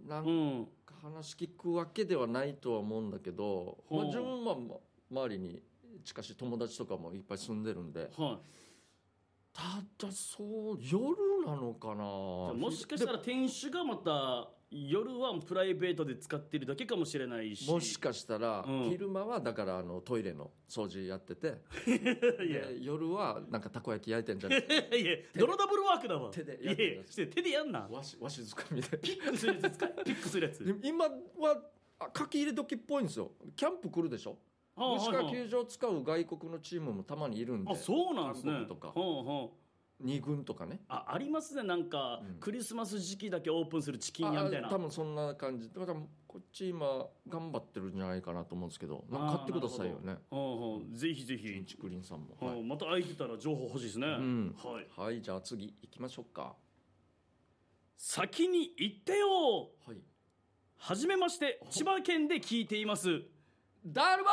Speaker 1: なん
Speaker 2: う
Speaker 1: か
Speaker 2: ん。
Speaker 1: 話聞くわけではないとは思うんだけど、
Speaker 2: ほう
Speaker 1: まあ、自分はま周りに近しい友達とかもいっぱい住んでるんで
Speaker 2: は。
Speaker 1: ただそう夜なのかない
Speaker 2: もしかしたら店主がまた夜はプライベートで使ってるだけかもしれないし。
Speaker 1: もしかしたら、
Speaker 2: うん
Speaker 1: 昼間はだからあのトイレの掃除やってて
Speaker 2: いや
Speaker 1: で夜はなんかたこ焼き焼いてんじゃない
Speaker 2: いや、泥ダブルワークだわ。
Speaker 1: 手で
Speaker 2: い
Speaker 1: や
Speaker 2: や
Speaker 1: って
Speaker 2: い
Speaker 1: た
Speaker 2: や、して手でやんな。
Speaker 1: わしわしづかみで
Speaker 2: ピックするやつ使え。ピックするやつ。
Speaker 1: 今はあ書き入れ時っぽいんですよキャンプ来るでしょ
Speaker 2: あはい
Speaker 1: 虫
Speaker 2: は
Speaker 1: か
Speaker 2: い
Speaker 1: 球場使う外国のチームもたまにいるんで
Speaker 2: あそうなんですね
Speaker 1: 韓国とか
Speaker 2: ほうほう
Speaker 1: 2軍とかね
Speaker 2: あありますねなんか、
Speaker 1: うん
Speaker 2: クリスマス時期だけオープンするチキン屋みたいな
Speaker 1: あ多分そんな感じだからこっち今頑張ってるんじゃないかなと思うんですけどなんか買ってくださいよね
Speaker 2: ほうほうぜひぜ
Speaker 1: イン
Speaker 2: ひ、
Speaker 1: チクリンさんも
Speaker 2: ほう
Speaker 1: はい、
Speaker 2: また空いてたら情報欲しいですね、
Speaker 1: うん
Speaker 2: はい
Speaker 1: はい、じゃあ次行きましょうか
Speaker 2: 先に行ってよ
Speaker 1: はい
Speaker 2: はじめまして千葉県で聞いています
Speaker 1: だるまー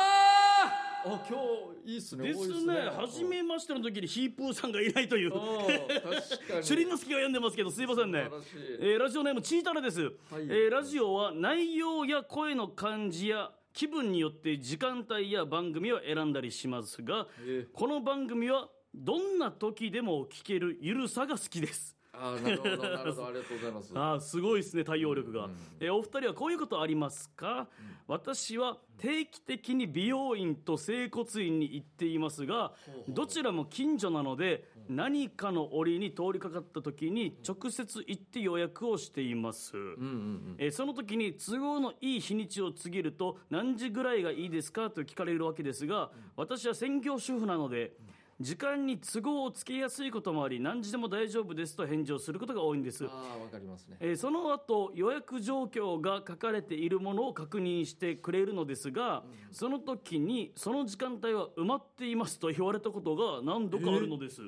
Speaker 1: あ今日いいっすね
Speaker 2: です
Speaker 1: 多いっ
Speaker 2: ねはじめましての時にヒープーさんがいないとい
Speaker 1: う
Speaker 2: う
Speaker 1: ん確かに
Speaker 2: 朱里之助が読んでますけどすいませんね
Speaker 1: 素晴らしい
Speaker 2: えーラジオネームチータラです、
Speaker 1: はい
Speaker 2: えーラジオは内容や声の感じや気分によって時間帯や番組を選んだりしますが
Speaker 1: えー
Speaker 2: この番組はどんな時でも聞けるゆるさが好きです
Speaker 1: あーなるほどなるほどありがとうございます
Speaker 2: あーすごいですね対応力が、
Speaker 1: うん
Speaker 2: えーお二人はこういうことありますか、私は定期的に美容院と整骨院に行っていますが
Speaker 1: ほうほう
Speaker 2: どちらも近所なので何かの折に通りかかった時に直接行って予約をしています、
Speaker 1: うんうんうん
Speaker 2: えーその時に都合のいい日にちを告げると何時ぐらいがいいですかと聞かれるわけですが私は専業主婦なので時間に都合をつけやすいこともあり何時でも大丈夫ですと返事をすることが多いんです
Speaker 1: ああわかりますね
Speaker 2: えーその後予約状況が書かれているものを確認してくれるのですが、その時にその時間帯は埋まっていますと言われたことが何度かあるのです、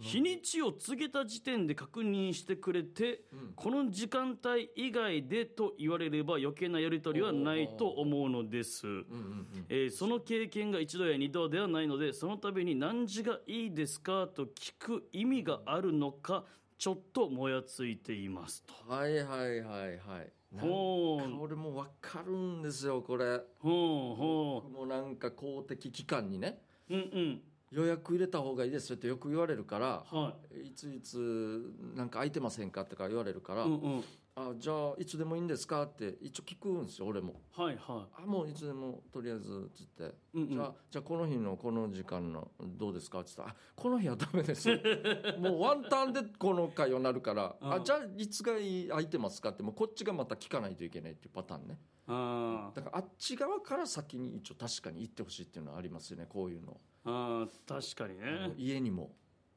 Speaker 2: 日にちを告げた時点で確認してくれて、
Speaker 1: うん
Speaker 2: この時間帯以外でと言われれば余計なやり取りはないと思うのです、
Speaker 1: うんうんうん
Speaker 2: えーその経験が一度や二度ではないのでその度に何時がいいですかと聞く意味があるのかちょっともやついていますと。
Speaker 1: はいはいはいはいなんか
Speaker 2: ほう
Speaker 1: 俺もわかるんですよこれ
Speaker 2: ほうほ
Speaker 1: 僕もなんか公的機関にね
Speaker 2: ううんうん
Speaker 1: 予約入れた方がいいですよってよく言われるから
Speaker 2: はい
Speaker 1: ついつなんか空いてませんかとか言われるから、
Speaker 2: いうんうん
Speaker 1: あじゃあいつでもいいんですかって一応聞くんですよ俺も
Speaker 2: はいは
Speaker 1: あもういつでもとりあえずつって、
Speaker 2: いうんう
Speaker 1: じ
Speaker 2: ん
Speaker 1: ゃあじゃあこの日のこの時間のどうですかって言ったらあこの日はダメです もうワンタンでこの会話になるから、
Speaker 2: うん
Speaker 1: あじゃあいつがいい空いてますかってもうこっちがまた聞かないといけないっていうパターンね
Speaker 2: あー
Speaker 1: だからあっち側から先に一応確かに行ってほしいっていうのはありますよねこういうの、
Speaker 2: あー確かに
Speaker 1: あの
Speaker 2: ね
Speaker 1: 家にも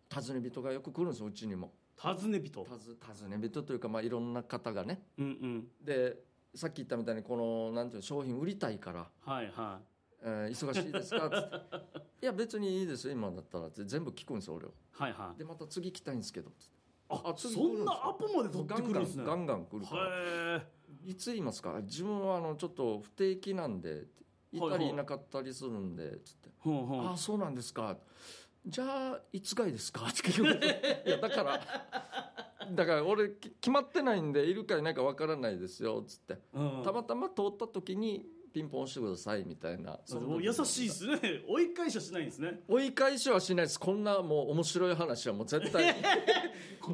Speaker 1: 尋ね人がよく来るんですようちにも
Speaker 2: 尋ね人
Speaker 1: 尋尋ね人というか、まあ、いろんな方がね
Speaker 2: うんうん
Speaker 1: でさっき言ったみたいにこのなんていうの商品売りたいから、
Speaker 2: はいは
Speaker 1: えー忙しいです か?」つって「いや別にいいですよ今だったら」って全部聞くんですよ俺を
Speaker 2: いはいはい
Speaker 1: でまた次来たいんですけどつって
Speaker 2: あ
Speaker 1: あ次
Speaker 2: そ
Speaker 1: 来るん
Speaker 2: ん
Speaker 1: です
Speaker 2: なアポまで取って
Speaker 1: ガ
Speaker 2: く
Speaker 1: ン
Speaker 2: る
Speaker 1: ガ
Speaker 2: んですね
Speaker 1: ンガンガン来るから
Speaker 2: へ
Speaker 1: 「いつ言いますか?」自分はあのちょっと不定期なんでいたりいなかったりするんで」つって
Speaker 2: えほう
Speaker 1: 「
Speaker 2: ほ
Speaker 1: あ
Speaker 2: う
Speaker 1: あそうなんですか」じゃあいつがいいですか って聞くいやだからだから俺き決まってないんでいるかいないかわからないですよつって
Speaker 2: うん
Speaker 1: たまたま通った時にピンポン押してくださいみたいな
Speaker 2: その優しいですね 追い返しはしないんですね
Speaker 1: 追い返しはしないですこんなもう面白い話はもう絶 対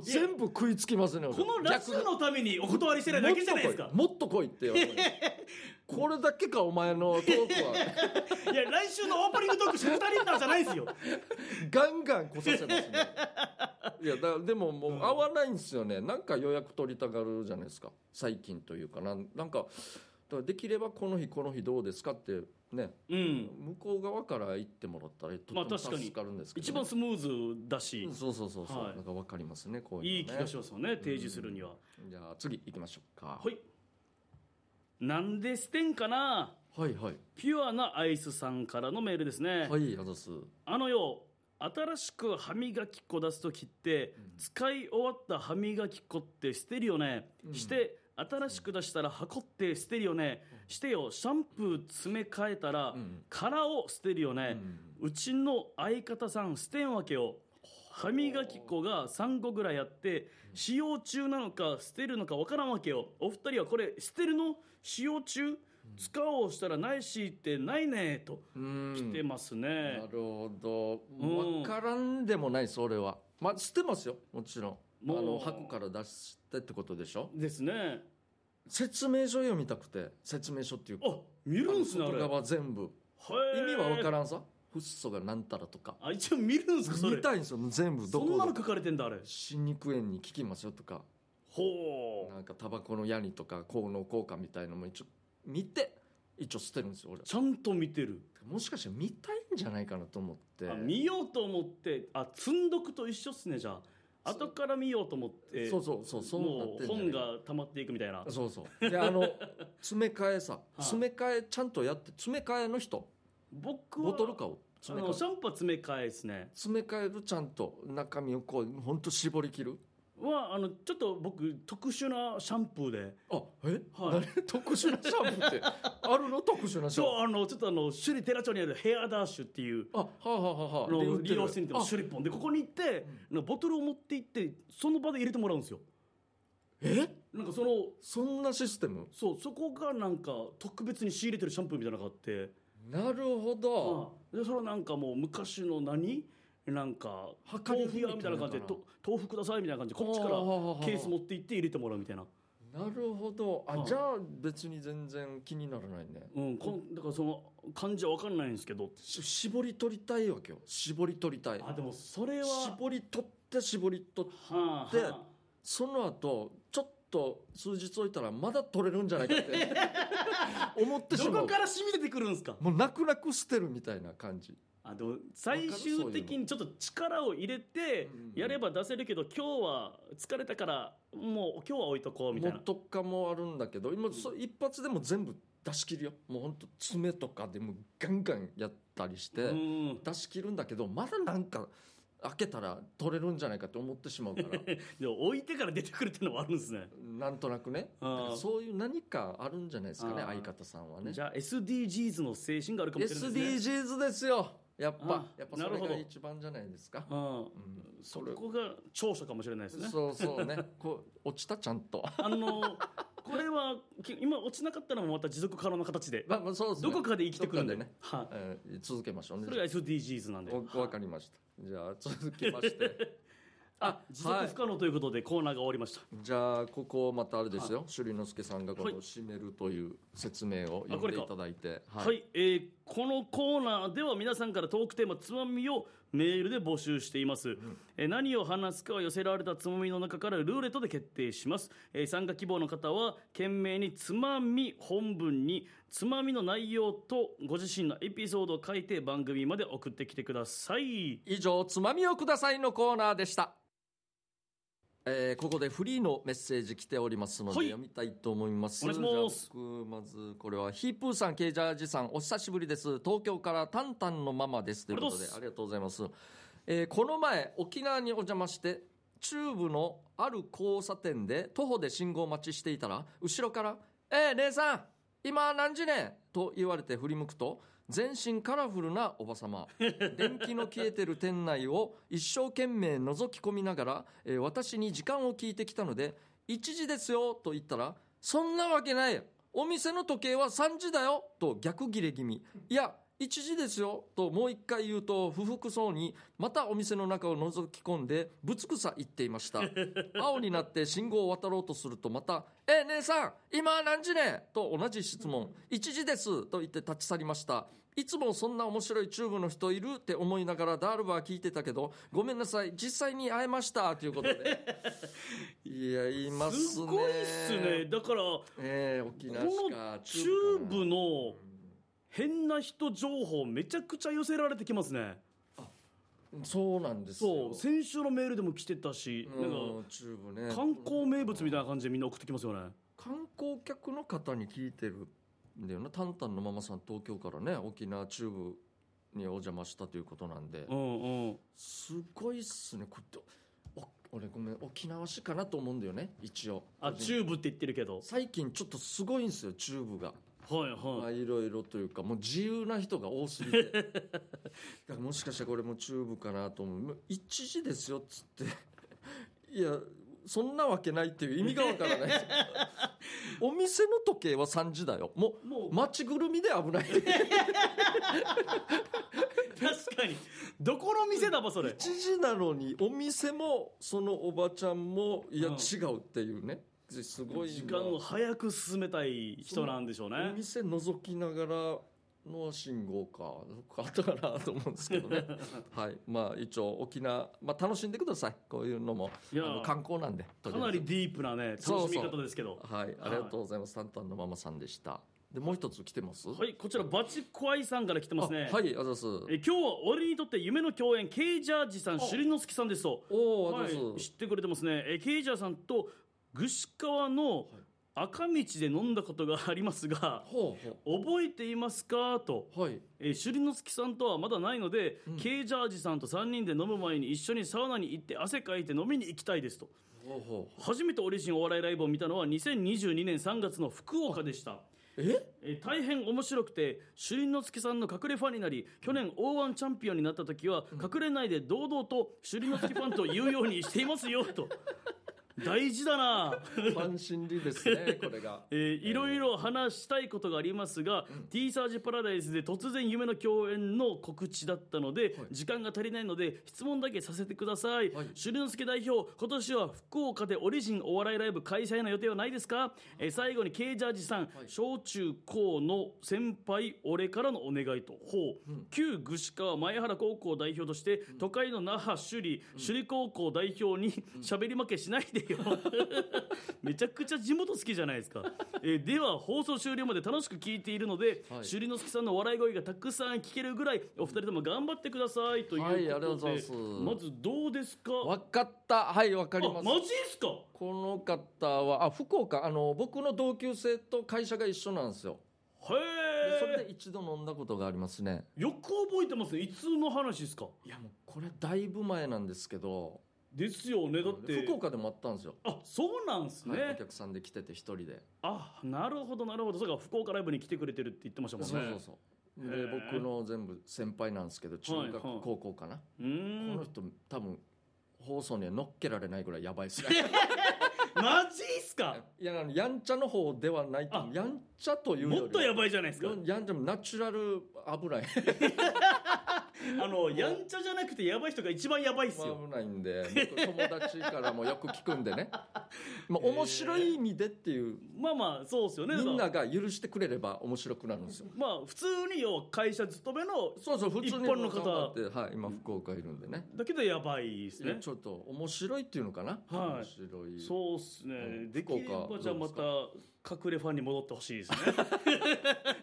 Speaker 1: 全部食いつきますね俺
Speaker 2: このラジオのためにお断りしてないだけじゃないですか
Speaker 1: もっと来いもっと来いって言わ れるこれだけかお前のトークはい
Speaker 2: や来週のオープニングトークし2人なんじゃないですよ
Speaker 1: ガンガン来させますね いやだでもも
Speaker 2: う
Speaker 1: うん合わないんですよねなんか予約取りたがるじゃないですか最近というかなんなんかだからできればこの日この日どうですかってね
Speaker 2: う
Speaker 1: 向
Speaker 2: ん
Speaker 1: こう側から行ってもらったらとって
Speaker 2: まあ
Speaker 1: も
Speaker 2: 確かに
Speaker 1: 助かるんですけど
Speaker 2: 一
Speaker 1: ね、
Speaker 2: 番スムーズだし、
Speaker 1: うんそうそうそうそう、
Speaker 2: はい
Speaker 1: なんかわかりますねこういうのね
Speaker 2: いい気がしますよね提示するには、
Speaker 1: じゃあ次行きましょうか。
Speaker 2: はいなんで捨てんかな
Speaker 1: はいはい。
Speaker 2: ピュアなアイスさんからのメールですね、
Speaker 1: はい、あざっす。
Speaker 2: あのよ新しく歯磨き粉出す時って、使い終わった歯磨き粉って捨てるよね、
Speaker 1: うん
Speaker 2: して新しく出したら箱って捨てるよね、してよシャンプー詰め替えたら、
Speaker 1: うん
Speaker 2: 殻を捨てるよね、
Speaker 1: うん
Speaker 2: うちの相方さん捨てんわけよ歯磨き粉が3個ぐらいあって使用中なのか捨てるのかわからんわけよお二人はこれ捨てるの使用中使おうしたらないしってないねと
Speaker 1: うん。
Speaker 2: 来てますね
Speaker 1: なるほ
Speaker 2: うん
Speaker 1: ど。わからんでもないです、俺は。まあ、捨てますよ、もちろん。
Speaker 2: もう
Speaker 1: あの箱から出してってことでしょ
Speaker 2: ですね
Speaker 1: 説明書読みたくて説明書っていう
Speaker 2: あ見るんすねあ
Speaker 1: 外
Speaker 2: れ
Speaker 1: 側全部
Speaker 2: へ
Speaker 1: 意味
Speaker 2: ー
Speaker 1: はわからんさフッ素がなんたらとか
Speaker 2: あ一応見るんすかそれ
Speaker 1: 見たいんですよ全部ど
Speaker 2: そんな
Speaker 1: こ
Speaker 2: の
Speaker 1: が
Speaker 2: 書かれてんだあれ
Speaker 1: 新肉炎に効きますよとか
Speaker 2: ほう
Speaker 1: なんかタバコのヤニとか効能効果みたいのも一応見て一応捨てるんですよ俺
Speaker 2: ちゃんと見てる、
Speaker 1: もしかしたら見たいんじゃないかなと思って
Speaker 2: あ見ようと思ってあ積んどくと一緒っすねじゃあ後から見ようと思って
Speaker 1: そうそうそうそうな
Speaker 2: も
Speaker 1: って
Speaker 2: う
Speaker 1: じゃな
Speaker 2: ん本
Speaker 1: いか
Speaker 2: が溜まっていくみたいな
Speaker 1: そうそうであ の詰め替えさ
Speaker 2: い
Speaker 1: 詰め替えちゃんとやって詰め替えの人
Speaker 2: 僕は
Speaker 1: ボトルかを
Speaker 2: あ
Speaker 1: 詰め
Speaker 2: の
Speaker 1: 替え
Speaker 2: シャンパン詰め替えですね
Speaker 1: 詰め替えるちゃんと中身をこうほんと絞り切る
Speaker 2: はあのちょっと僕特殊なシャンプーで
Speaker 1: あえ、
Speaker 2: はい
Speaker 1: 何 特殊なシャンプ ーってあるの特殊なシャン
Speaker 2: そうあのちょっとあの首里寺町にあるヘアダッシュっていう
Speaker 1: プーあはあはあはあ
Speaker 2: あ
Speaker 1: はあで
Speaker 2: の
Speaker 1: 売って
Speaker 2: 利
Speaker 1: る
Speaker 2: 用してみても
Speaker 1: あ
Speaker 2: 首里ポンでここに行ってなんかボトルを持って行ってその場で入れてもらうんですよ
Speaker 1: え
Speaker 2: なんかその
Speaker 1: そんなシステム
Speaker 2: そうそこがなんか特別に仕入れてるシャンプーみたいなのがあって
Speaker 1: なるほど、
Speaker 2: はいでそれなんかもう昔の何なんか
Speaker 1: 量り
Speaker 2: 豆
Speaker 1: 売
Speaker 2: 腐
Speaker 1: り
Speaker 2: 屋みたいな感じ
Speaker 1: みたい
Speaker 2: で
Speaker 1: なのかな
Speaker 2: と豆腐くださいみたいな感じでこっちからケース持って行って入れてもらうみたいな、
Speaker 1: なるほどあ、
Speaker 2: はい
Speaker 1: じゃあ別に全然気にならないね
Speaker 2: うん、こんだからその感じは分かんないんですけど
Speaker 1: し絞り取りたいわけよ絞り取りたい
Speaker 2: あでもそれは
Speaker 1: 絞り取って絞り取って
Speaker 2: はあ
Speaker 1: で
Speaker 2: は
Speaker 1: その後ちょっと数日置いたらまだ取れるんじゃない かって思っ
Speaker 2: あ
Speaker 1: てし
Speaker 2: ど
Speaker 1: ま
Speaker 2: こ
Speaker 1: う
Speaker 2: から染み出てくるんですか
Speaker 1: もう泣く泣く捨てるみたいな感じ
Speaker 2: あでも最終的にちょっと力を入れて
Speaker 1: うんうん
Speaker 2: やれば出せるけど今日は疲れたからもう今日は置いとこうみた
Speaker 1: も
Speaker 2: いな
Speaker 1: っとかもあるんだけど今そ一発でも全部出し切るよもうほんと爪とかでもガンガンやったりして、
Speaker 2: うん
Speaker 1: 出し切るんだけどまだなんか開けたら取れるんじゃないかって思ってしまうから
Speaker 2: でも置いてから出てくるっていうのはあるんですね
Speaker 1: なんとなくね
Speaker 2: あー
Speaker 1: だからそういう何かあるんじゃないですかね
Speaker 2: あー
Speaker 1: 相方さんはね
Speaker 2: じゃあ SDGs の精神があるかもしれないですね
Speaker 1: SDGs ですよやっぱ
Speaker 2: あー
Speaker 1: やっぱそ
Speaker 2: なる
Speaker 1: れ
Speaker 2: ほど
Speaker 1: が一番じゃないですか、
Speaker 2: うん
Speaker 1: うん、
Speaker 2: そ
Speaker 1: れ
Speaker 2: こが長所かもしれないですね。
Speaker 1: そうそうねこう落ちたちゃん と
Speaker 2: あの、これは、き今落ちなかったのもまた持続可能な形で、
Speaker 1: まあまあそうですね
Speaker 2: どこかで生きてくるんで
Speaker 1: どっか
Speaker 2: ね。はい、
Speaker 1: えー続けましょうね
Speaker 2: それが SDGs なんで。
Speaker 1: おわかりましたじゃあ続きまして
Speaker 2: あ、持
Speaker 1: は
Speaker 2: 続
Speaker 1: い
Speaker 2: 不可能ということでコーナーが終わりました。
Speaker 1: じゃあここまたあれですよ朱里之助さんがこの締めるという説明を
Speaker 2: あこ
Speaker 1: 読ん
Speaker 2: れ
Speaker 1: で
Speaker 2: か
Speaker 1: いただいて
Speaker 2: はい、
Speaker 1: はい
Speaker 2: えーこのコーナーでは皆さんからトークテーマつまみをメールで募集しています、えー何を話すかを寄せられたつまみの中からルーレットで決定します、えー参加希望の方は懸命につまみ本文につまみの内容とご自身のエピソードを書いて番組まで送ってきてください
Speaker 1: 以上「つまみをください」のコーナーでした、えーここでフリーのメッセージ来ておりますので、
Speaker 2: はい
Speaker 1: 読みたいと思います
Speaker 2: お願いします
Speaker 1: じゃあ僕まずこれはヒープーさんケイジャージさんお久しぶりです東京からタンタンのママですということで
Speaker 2: あ
Speaker 1: ありがとうございます、えーこの前沖縄にお邪魔して中部のある交差点で徒歩で信号待ちしていたら後ろから「えー、姉さん今何時ね?」と言われて振り向くと全身カラフルなおばさ ま電気の消えてる店内を一生懸命覗き込みながら、えー私に時間を聞いてきたので「1時ですよ」と言ったら「そんなわけないお店の時計は3時だよ」と逆ギレ気味いや1時ですよともう一回言うと不服そうにまたお店の中を覗き込んでぶつくさ言っていま した青になって信号を渡ろうとするとまた「え姉さん今何時ね?」と同じ質問「1時です」と言って立ち去りましたいつもそんな面白いチューブの人いるって思いながらダールバー聞いてたけどごめんなさい実際に会えましたということでいやいますね
Speaker 2: すごいっすねだからこ
Speaker 1: えー、沖縄しか
Speaker 2: のチューブの変な人情報めちゃくちゃ寄せられてきますね
Speaker 1: のそうなんです
Speaker 2: そ
Speaker 1: よ
Speaker 2: う先週のメールでも来てたし、
Speaker 1: う
Speaker 2: なん
Speaker 1: ん
Speaker 2: か
Speaker 1: チューブね
Speaker 2: 観光名物みたいな感じでみんな送ってきますよね
Speaker 1: 観光客の方に聞いてるんだよなタンタンのママさん東京からね沖縄中部にお邪魔したということなんで
Speaker 2: うんうん
Speaker 1: すごいっすねこれお俺ごめん沖縄市かなと思うんだよね一応
Speaker 2: あチューブって言ってるけど
Speaker 1: 最近ちょっとすごいんですよチューブが、
Speaker 2: はいはい、
Speaker 1: まあ、いろいろというかもう自由な人が多すぎ てだからもしかしたらこれもチューブかなと思うもう一時ですよっつっていやそんなわけないっていう意味がわからないお店の時計は3時だよもう
Speaker 2: もう、
Speaker 1: 街ぐるみで危ない1
Speaker 2: 確かにどこの店だばそれ
Speaker 1: 時なのにお店もそのおばちゃんもいや
Speaker 2: うん
Speaker 1: 違うっていうねですごいな
Speaker 2: 時間を早く進めたい人なんでしょうね
Speaker 1: お店覗きながらの信号かどっかあったかなと思うんですけど ねはいまあ一応沖縄、まあ、楽しんでくださいこういうのも
Speaker 2: いや
Speaker 1: あの観光なんでと
Speaker 2: か
Speaker 1: りあ
Speaker 2: な
Speaker 1: えず
Speaker 2: りディープなね楽
Speaker 1: そう
Speaker 2: しみ
Speaker 1: そう
Speaker 2: 方ですけど
Speaker 1: はいありがとうございます、タンタンのママさんでしたでもう一つ来てますは
Speaker 2: はいこちらバチコアイさんから来てますね
Speaker 1: あはいあざす
Speaker 2: え今日は俺にとって夢の共演ケイジャージさん朱里之助さんですと、
Speaker 1: おおあ
Speaker 2: は
Speaker 1: ざす、
Speaker 2: い、知ってくれてますねえケイジャーさんと串川の赤道で飲んだことがありますが
Speaker 1: ほう
Speaker 2: 覚えていますかと
Speaker 1: ほうはい
Speaker 2: えー、朱里之助さんとはまだないので、ケイジャージさんと3人で飲む前に一緒にサウナに行って汗かいて飲みに行きたいですと
Speaker 1: ほうほう
Speaker 2: 初めてオリジンお笑いライブを見たのは2022年3月の福岡でした
Speaker 1: え
Speaker 2: えー大変面白くて朱里之助さんの隠れファンになり去年 o 1チャンピオンになった時は隠れないで堂々と朱里之助ファンと言うようにしていますよと大事だな
Speaker 1: ファン心理です ねこれが
Speaker 2: えーいろいろ話したいことがありますが、ティーサージパラダイスで突然夢の共演の告知だったので、時間が足りないので質問だけさせてください
Speaker 1: はい
Speaker 2: 朱之助代表今年は福岡でオリジンお笑いライブ開催の予定はないですか、えー最後に K ジャージさん、小中高の先輩俺からのお願いとほう、旧串川前原高校代表として、都会の那覇首里首里高校代表に喋り負けしないでよめちゃくちゃ地元好きじゃないですか、えーでは放送終了まで楽しく聞いているので、
Speaker 1: はい
Speaker 2: 朱里之助さんの笑い声がたくさん聞けるぐらいお二人とも頑張ってくださいということで、
Speaker 1: はいありがとうございます
Speaker 2: まずどうですか
Speaker 1: わかったはいわかり
Speaker 2: あ
Speaker 1: ます
Speaker 2: マジですかは
Speaker 1: この方はあ福岡あの僕の同級生と会社が一緒なんですよでそれで
Speaker 2: え
Speaker 1: 一度飲んだことがありますね
Speaker 2: よく覚えてますねいつの話ですか
Speaker 1: いやもうこれだいぶ前なんですけど
Speaker 2: ですよねだって
Speaker 1: 福岡でもあったんですよ、
Speaker 2: あそうなんですね、
Speaker 1: はいお客さんで来てて一人で
Speaker 2: あなるほどなるほどそうか福岡ライブに来てくれてるって言ってましたもんね
Speaker 1: そうそうそう
Speaker 2: へ
Speaker 1: で
Speaker 2: ー
Speaker 1: 僕の全部先輩なんですけど中学、
Speaker 2: はいはい
Speaker 1: 高校かな、
Speaker 2: うー
Speaker 1: こ
Speaker 2: ん
Speaker 1: の人多分放送には乗っけられないぐらいやばいっすね
Speaker 2: マジっすか
Speaker 1: いやあのやんちゃの方ではない
Speaker 2: あ
Speaker 1: とやんちゃというよりは
Speaker 2: もっとやばいじゃないですか
Speaker 1: やんやんちゃもナチュラル危ない
Speaker 2: あのやんちゃじゃなくてやばい人が一番やばいっすよ、
Speaker 1: 危ないんで僕友達からもよく聞くん でね、まあ、面白い意味でっていう
Speaker 2: まあまあそうっすよね
Speaker 1: みん
Speaker 2: だ
Speaker 1: な
Speaker 2: か
Speaker 1: が許してくれれば面白くなるんですよ
Speaker 2: らまあ普通によ会社勤めの
Speaker 1: そうそう普通に
Speaker 2: 一般の方
Speaker 1: 頑張ってはい、今福岡いるんでね
Speaker 2: だけどやばいっすね
Speaker 1: ちょっと面白いっていうのかな、
Speaker 2: はい
Speaker 1: 面白い
Speaker 2: そうっすね、
Speaker 1: うん
Speaker 2: できれ
Speaker 1: 福
Speaker 2: ば
Speaker 1: 岡
Speaker 2: じゃあまた隠れファンに戻ってほしいですね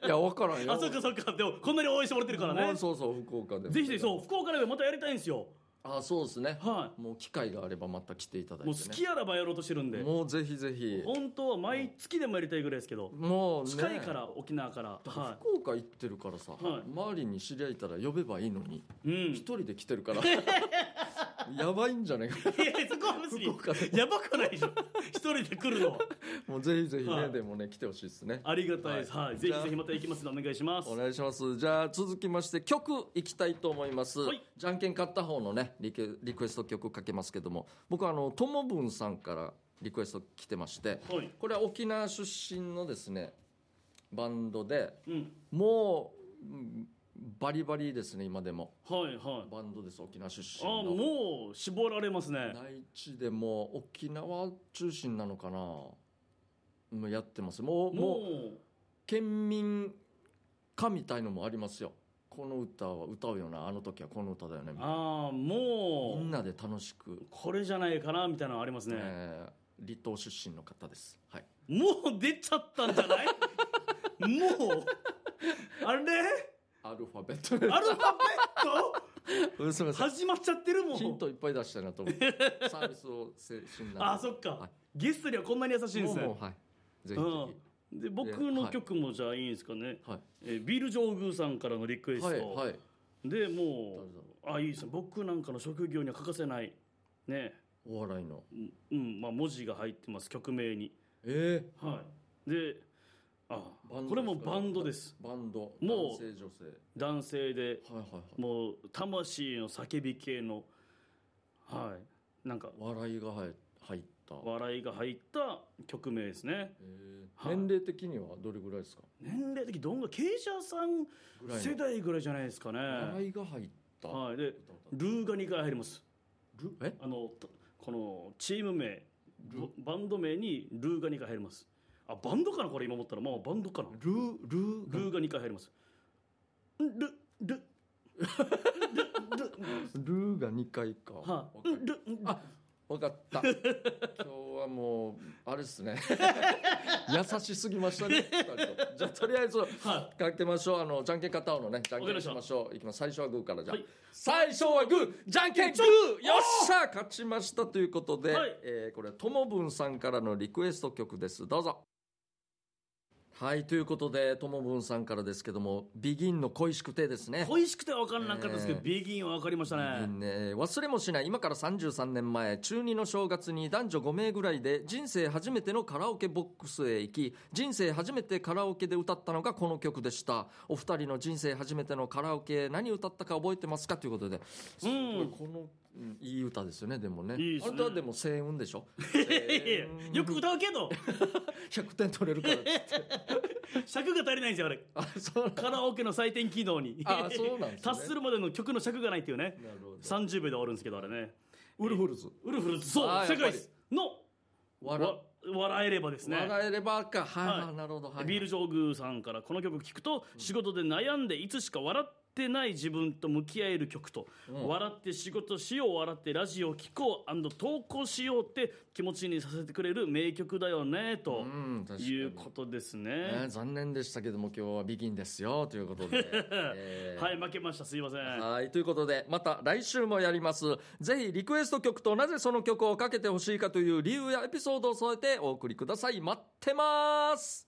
Speaker 1: いや分からんよ
Speaker 2: あそっかそっかでもこんなに応援してもらってるから
Speaker 1: も
Speaker 2: ね
Speaker 1: うそうそう福岡でも
Speaker 2: ぜひぜひそう福岡ライブまたやりたいんですよ
Speaker 1: あそうですね
Speaker 2: は
Speaker 1: もう機会があればまた来ていただい
Speaker 2: い
Speaker 1: て、
Speaker 2: も
Speaker 1: ね、
Speaker 2: う好きあらばやろうとしてるんで
Speaker 1: もうぜひぜひ
Speaker 2: 本当は毎月でもやりたいぐらいですけど、
Speaker 1: もうね
Speaker 2: 近いから沖縄から
Speaker 1: だから
Speaker 2: は
Speaker 1: 福岡行ってるからさ、
Speaker 2: はい
Speaker 1: 周りに知り合いたら呼べばいいのに
Speaker 2: い、うん、
Speaker 1: 一人で来てるから やばいんじゃないか
Speaker 2: いやそこは別に
Speaker 1: 福岡で
Speaker 2: やばくないでしょ一人で来るのは
Speaker 1: もうぜひぜひね、
Speaker 2: はい
Speaker 1: でもね来てほしいですね
Speaker 2: ありがたいです、はい
Speaker 1: はい
Speaker 2: ぜひぜひまた行きますのでお願いします
Speaker 1: お願いしますじゃあ続きまして曲いきたいと思います、
Speaker 2: はい
Speaker 1: じゃんけん勝った方のねリケリクエスト曲かけますけども僕はあのともぶんさんからリクエスト来てまして
Speaker 2: はい
Speaker 1: これは沖縄出身のですねバンドで
Speaker 2: うん
Speaker 1: もううんバリバリですね今でも
Speaker 2: はいはい
Speaker 1: バンドです沖縄出
Speaker 2: あ
Speaker 1: 身の
Speaker 2: もう絞られますね
Speaker 1: 内地でもう沖縄中心なのかなもうやってますもうも
Speaker 2: も
Speaker 1: う県民歌みたいのもありますよこの歌は歌うよなあの時はこの歌だよね
Speaker 2: うああも
Speaker 1: み
Speaker 2: うん
Speaker 1: なで楽しく、
Speaker 2: これじゃないかなみたいなのありますね、
Speaker 1: えー離島出身の方ですはい
Speaker 2: もう出ちゃったんじゃ ないもうあれ
Speaker 1: アルファベットで
Speaker 2: アルファベ
Speaker 1: うんすみま
Speaker 2: ット
Speaker 1: せん
Speaker 2: 始まっちゃってるもん
Speaker 1: ヒントいっぱい出したいな と思ってサービスを精神
Speaker 2: あそっか、
Speaker 1: はい
Speaker 2: ゲストにはこんなに優しいんですね
Speaker 1: もうはいぜひぜ
Speaker 2: うん、で僕の曲もじゃあいいんですかね、
Speaker 1: ひはい
Speaker 2: えービール上宮さんからのリクエスト、
Speaker 1: はいはい
Speaker 2: で
Speaker 1: 誰
Speaker 2: も
Speaker 1: だろう
Speaker 2: うあいいですね僕なんかの職業には欠かせないね
Speaker 1: お笑いの
Speaker 2: うんうんまあ文字が入ってます曲名に
Speaker 1: え
Speaker 2: はいであ
Speaker 1: バンドですか
Speaker 2: これもバンドです
Speaker 1: ー、バンド
Speaker 2: もう
Speaker 1: 男性女性
Speaker 2: 男性で
Speaker 1: はいはいはい
Speaker 2: もう魂の叫び系のはいなんか
Speaker 1: 笑いが入入った、
Speaker 2: 笑いが入った曲名ですね
Speaker 1: えー
Speaker 2: はい
Speaker 1: 年齢的にはどれぐらいですか
Speaker 2: 年齢的にどんぐらい経営者さん
Speaker 1: ぐらい
Speaker 2: 世
Speaker 1: の
Speaker 2: 代ぐらいじゃないですかね
Speaker 1: 笑いが入った、
Speaker 2: はいで
Speaker 1: 歌歌
Speaker 2: ルーが2回入ります
Speaker 1: ルえ
Speaker 2: あのとこのチーム名ぼバンド名にルーが2回入りますあバンドかなこれ今思ったらまあバンドかな
Speaker 1: ルル
Speaker 2: ルーが2回入りますんルルルル
Speaker 1: ルーが2回か、
Speaker 2: は
Speaker 1: わか
Speaker 2: い
Speaker 1: る
Speaker 2: んルん
Speaker 1: あ分かった。今日はもう、あれです ね。優しすぎましたね。二人とじゃあ、とりあえず、
Speaker 2: は
Speaker 1: かけましょう。あの、じゃんけん片方のね、じゃんけんしましょう。いきます。最初はグーからじゃあ、
Speaker 2: はい
Speaker 1: 最初はグー、じゃんけんグーよっしゃ勝ちましたということで、
Speaker 2: はい
Speaker 1: えーこれはともぶんさんからのリクエスト曲です。どうぞ。はい、ということで、ともぶんさんからですけども、ビギンの恋しくてですね。
Speaker 2: 恋しくて分からなかったですけど、
Speaker 1: えー
Speaker 2: ビギンは分かりましたね。
Speaker 1: ね、忘れもしない今から33年前中2の正月に男女5名ぐらいで人生初めてのカラオケボックスへ行き人生初めてカラオケで歌ったのがこの曲でしたお二人の人生初めてのカラオケ何歌ったか覚えてますかということで、すごいこのうんいい歌ですよねでもね
Speaker 2: いいですね
Speaker 1: あれはでも声運でし ょ
Speaker 2: え
Speaker 1: 声
Speaker 2: ー
Speaker 1: 運
Speaker 2: よく歌うけど、
Speaker 1: 100点取れるから
Speaker 2: 尺が足りないんですよ、あれ。
Speaker 1: あそうなん
Speaker 2: カラオケの採点機能に。
Speaker 1: あそうなんですね
Speaker 2: 達するまでの曲の尺がないっていうね。
Speaker 1: なるほど
Speaker 2: 30秒で終わるんですけど、あれね。
Speaker 1: ウルフルズ
Speaker 2: ウルフルズ、そう、
Speaker 1: あー
Speaker 2: 世界です。の、
Speaker 1: 笑
Speaker 2: わ笑えればですね。
Speaker 1: 笑えればかはい、
Speaker 2: はい
Speaker 1: はいなるほど、はいはい、
Speaker 2: ビールジョーグーさんからこの曲聴くと仕事で悩んでいつしか笑ってない自分と向き合える曲と、笑って仕事しよう笑ってラジオ聴こう投稿しようって気持ちにさせてくれる名曲だよねと
Speaker 1: うん確かに
Speaker 2: いうことですね、
Speaker 1: ね残念でしたけども今日はビギンですよということ で、えー
Speaker 2: はい負けましたすいません
Speaker 1: はいということでまた来週もやりますぜひリクエスト曲となぜその曲をかけてほしいかという理由やエピソードを添えてお送りください待ってます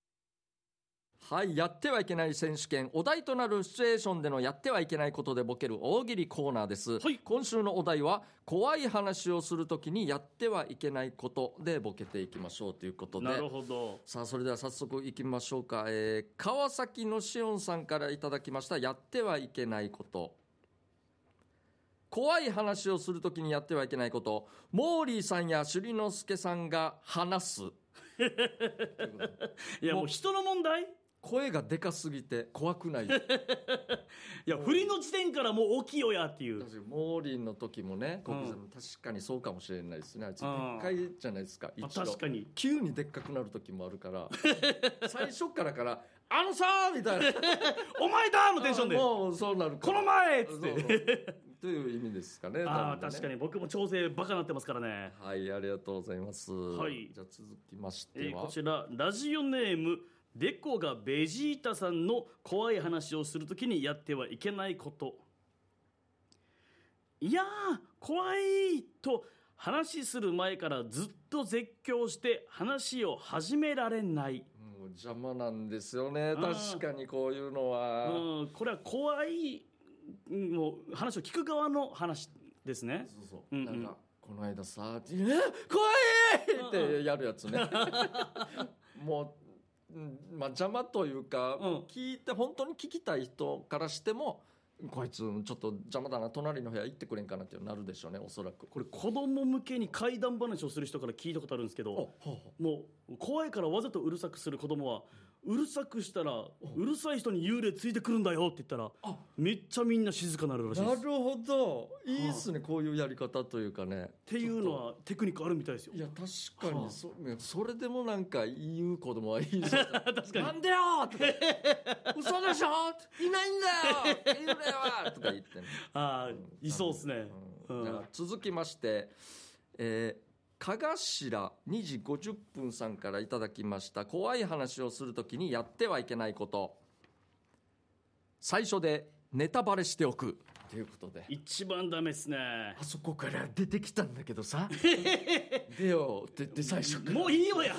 Speaker 1: はいやってはいけない選手権お題となるシチュエーションでのやってはいけないことでボケる大喜利コーナーです、
Speaker 2: はい
Speaker 1: 今週のお題は怖い話をするときにやってはいけないことでボケていきましょうということで
Speaker 2: なるほど
Speaker 1: さあそれでは早速いきましょうか、えー川崎のしおんさんからいただきましたやってはいけないこと怖い話をするときにやってはいけないことモーリーさんや朱里之助さんが話すということで
Speaker 2: いやもう人の問題い
Speaker 1: 声がでかすぎて怖く ない
Speaker 2: や振りの時点からもう大きいよやっていう
Speaker 1: 確かにモーリーの時もね小刻み確かにそうかもしれないですねあいつで
Speaker 2: うん
Speaker 1: っかいじゃないですか
Speaker 2: まあ
Speaker 1: 一度
Speaker 2: 確かに
Speaker 1: 急にでっかくなる時もあるから最初からから「あのさー!」みたいな
Speaker 2: 「お前だ!」の テンションで「こ
Speaker 1: もうそうなるから
Speaker 2: の前!」っつ
Speaker 1: そ
Speaker 2: っ
Speaker 1: うそう
Speaker 2: て
Speaker 1: という意味ですかね
Speaker 2: ああ
Speaker 1: 多分ね
Speaker 2: 確かに僕も調整バカなってますからね
Speaker 1: はいありがとうございます、
Speaker 2: い
Speaker 1: じゃあ続きまし
Speaker 2: え
Speaker 1: て
Speaker 2: ー
Speaker 1: は、
Speaker 2: こちらラジオネームデコがベジータさんの怖い話をするときにやってはいけないこといやー怖いと話する前からずっと絶叫して話を始められない、
Speaker 1: もう邪魔なんですよね
Speaker 2: ん
Speaker 1: 確かにこういうの
Speaker 2: う
Speaker 1: は、
Speaker 2: ん、これは怖いうんもう話を聞く側の話ですね
Speaker 1: そうそう
Speaker 2: うんうん
Speaker 1: なんかこの間さ「えー怖い!」ってやるやつね もう、うんまあ、邪魔というか、
Speaker 2: うん
Speaker 1: 聞いて本当に聞きたい人からしてもこいつちょっと邪魔だな隣の部屋行ってくれんかなってなるでしょうねおそらく
Speaker 2: これ子供向けに怪談話をする人から聞いたことあるんですけど
Speaker 1: おほうほう
Speaker 2: もう怖いからわざとうるさくする子供はうるさくしたらうるさい人に幽霊ついてくるんだよって言ったら
Speaker 1: あ
Speaker 2: めっちゃみんな静かになるらしい
Speaker 1: な
Speaker 2: で
Speaker 1: る
Speaker 2: すっ
Speaker 1: ほどいいっすね、こういうやり方というかね
Speaker 2: ていうのはテクニックあるみたいですよ
Speaker 1: いや確か
Speaker 2: はあ
Speaker 1: にそ,、それでもなんか言う子供はいいですよ
Speaker 2: 確かに
Speaker 1: なんでよ!」とか「 嘘でしょ!」いないん だよ!」「いるだよ!」とか言ってね、
Speaker 2: ああいそうですね
Speaker 1: う
Speaker 2: うんん
Speaker 1: じゃあ続きましてえーかがしら2時50分さんからいただきました怖い話をするときにやってはいけないこと最初でネタバレしておくということで
Speaker 2: 一番ダメですね
Speaker 1: あそこから出てきたんだけど さ出ようって言って最初から
Speaker 2: もういいよや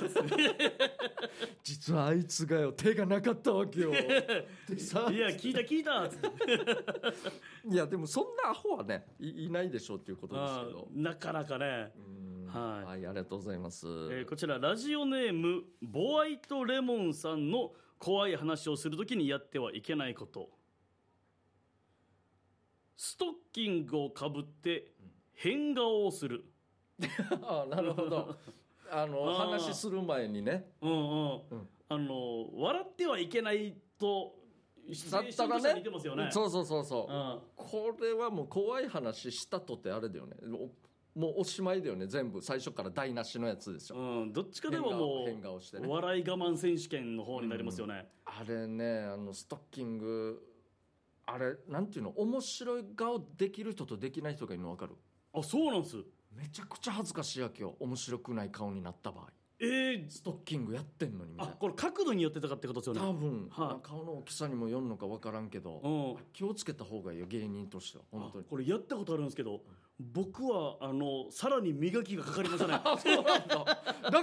Speaker 1: 実はあいつがよ手がなかったわけ よでさ
Speaker 2: いや聞いた聞いたつって
Speaker 1: いやでもそんなアホはねいいないでしょうっていうことです
Speaker 2: あ
Speaker 1: け
Speaker 2: あ
Speaker 1: ど
Speaker 2: なかなかね
Speaker 1: うん
Speaker 2: はい
Speaker 1: はいありがとうございます、
Speaker 2: えーこちらラジオネームボワイトレモンさんの怖い話をするときにやってはいけないことストッキングをかぶって変顔をする
Speaker 1: あなるほどあの
Speaker 2: あー
Speaker 1: 話する前にね
Speaker 2: うんうん、
Speaker 1: うん
Speaker 2: あの笑ってはいけないとシチュエーションとしては似てますよね
Speaker 1: そうそうそうそう、
Speaker 2: うん
Speaker 1: これはもう怖い話したとってあれだよねもうもうおしまいだよね全部最初から台無しのやつでしょ、
Speaker 2: うん、どっちかでもも
Speaker 1: 変顔してね
Speaker 2: う笑い我慢選手権の方になりますよね、
Speaker 1: あれねあのストッキングあれなんていうの面白い顔できる人とできない人がいるの分かる
Speaker 2: あそうなんです
Speaker 1: めちゃくちゃ恥ずかしいわけよ面白くない顔になった場合
Speaker 2: えー、
Speaker 1: ストッキングやってんのにみたい
Speaker 2: あ
Speaker 1: な
Speaker 2: これ角度によってとかってことですよ
Speaker 1: 多
Speaker 2: ね
Speaker 1: 分、
Speaker 2: はい
Speaker 1: 顔の大きさにもよるのか分からんけど、
Speaker 2: うん
Speaker 1: 気をつけた方がいいよ芸人としては本当に
Speaker 2: あこれやったことあるんですけど僕はあのさらに磨きがかかりました ね
Speaker 1: あそうなんだラ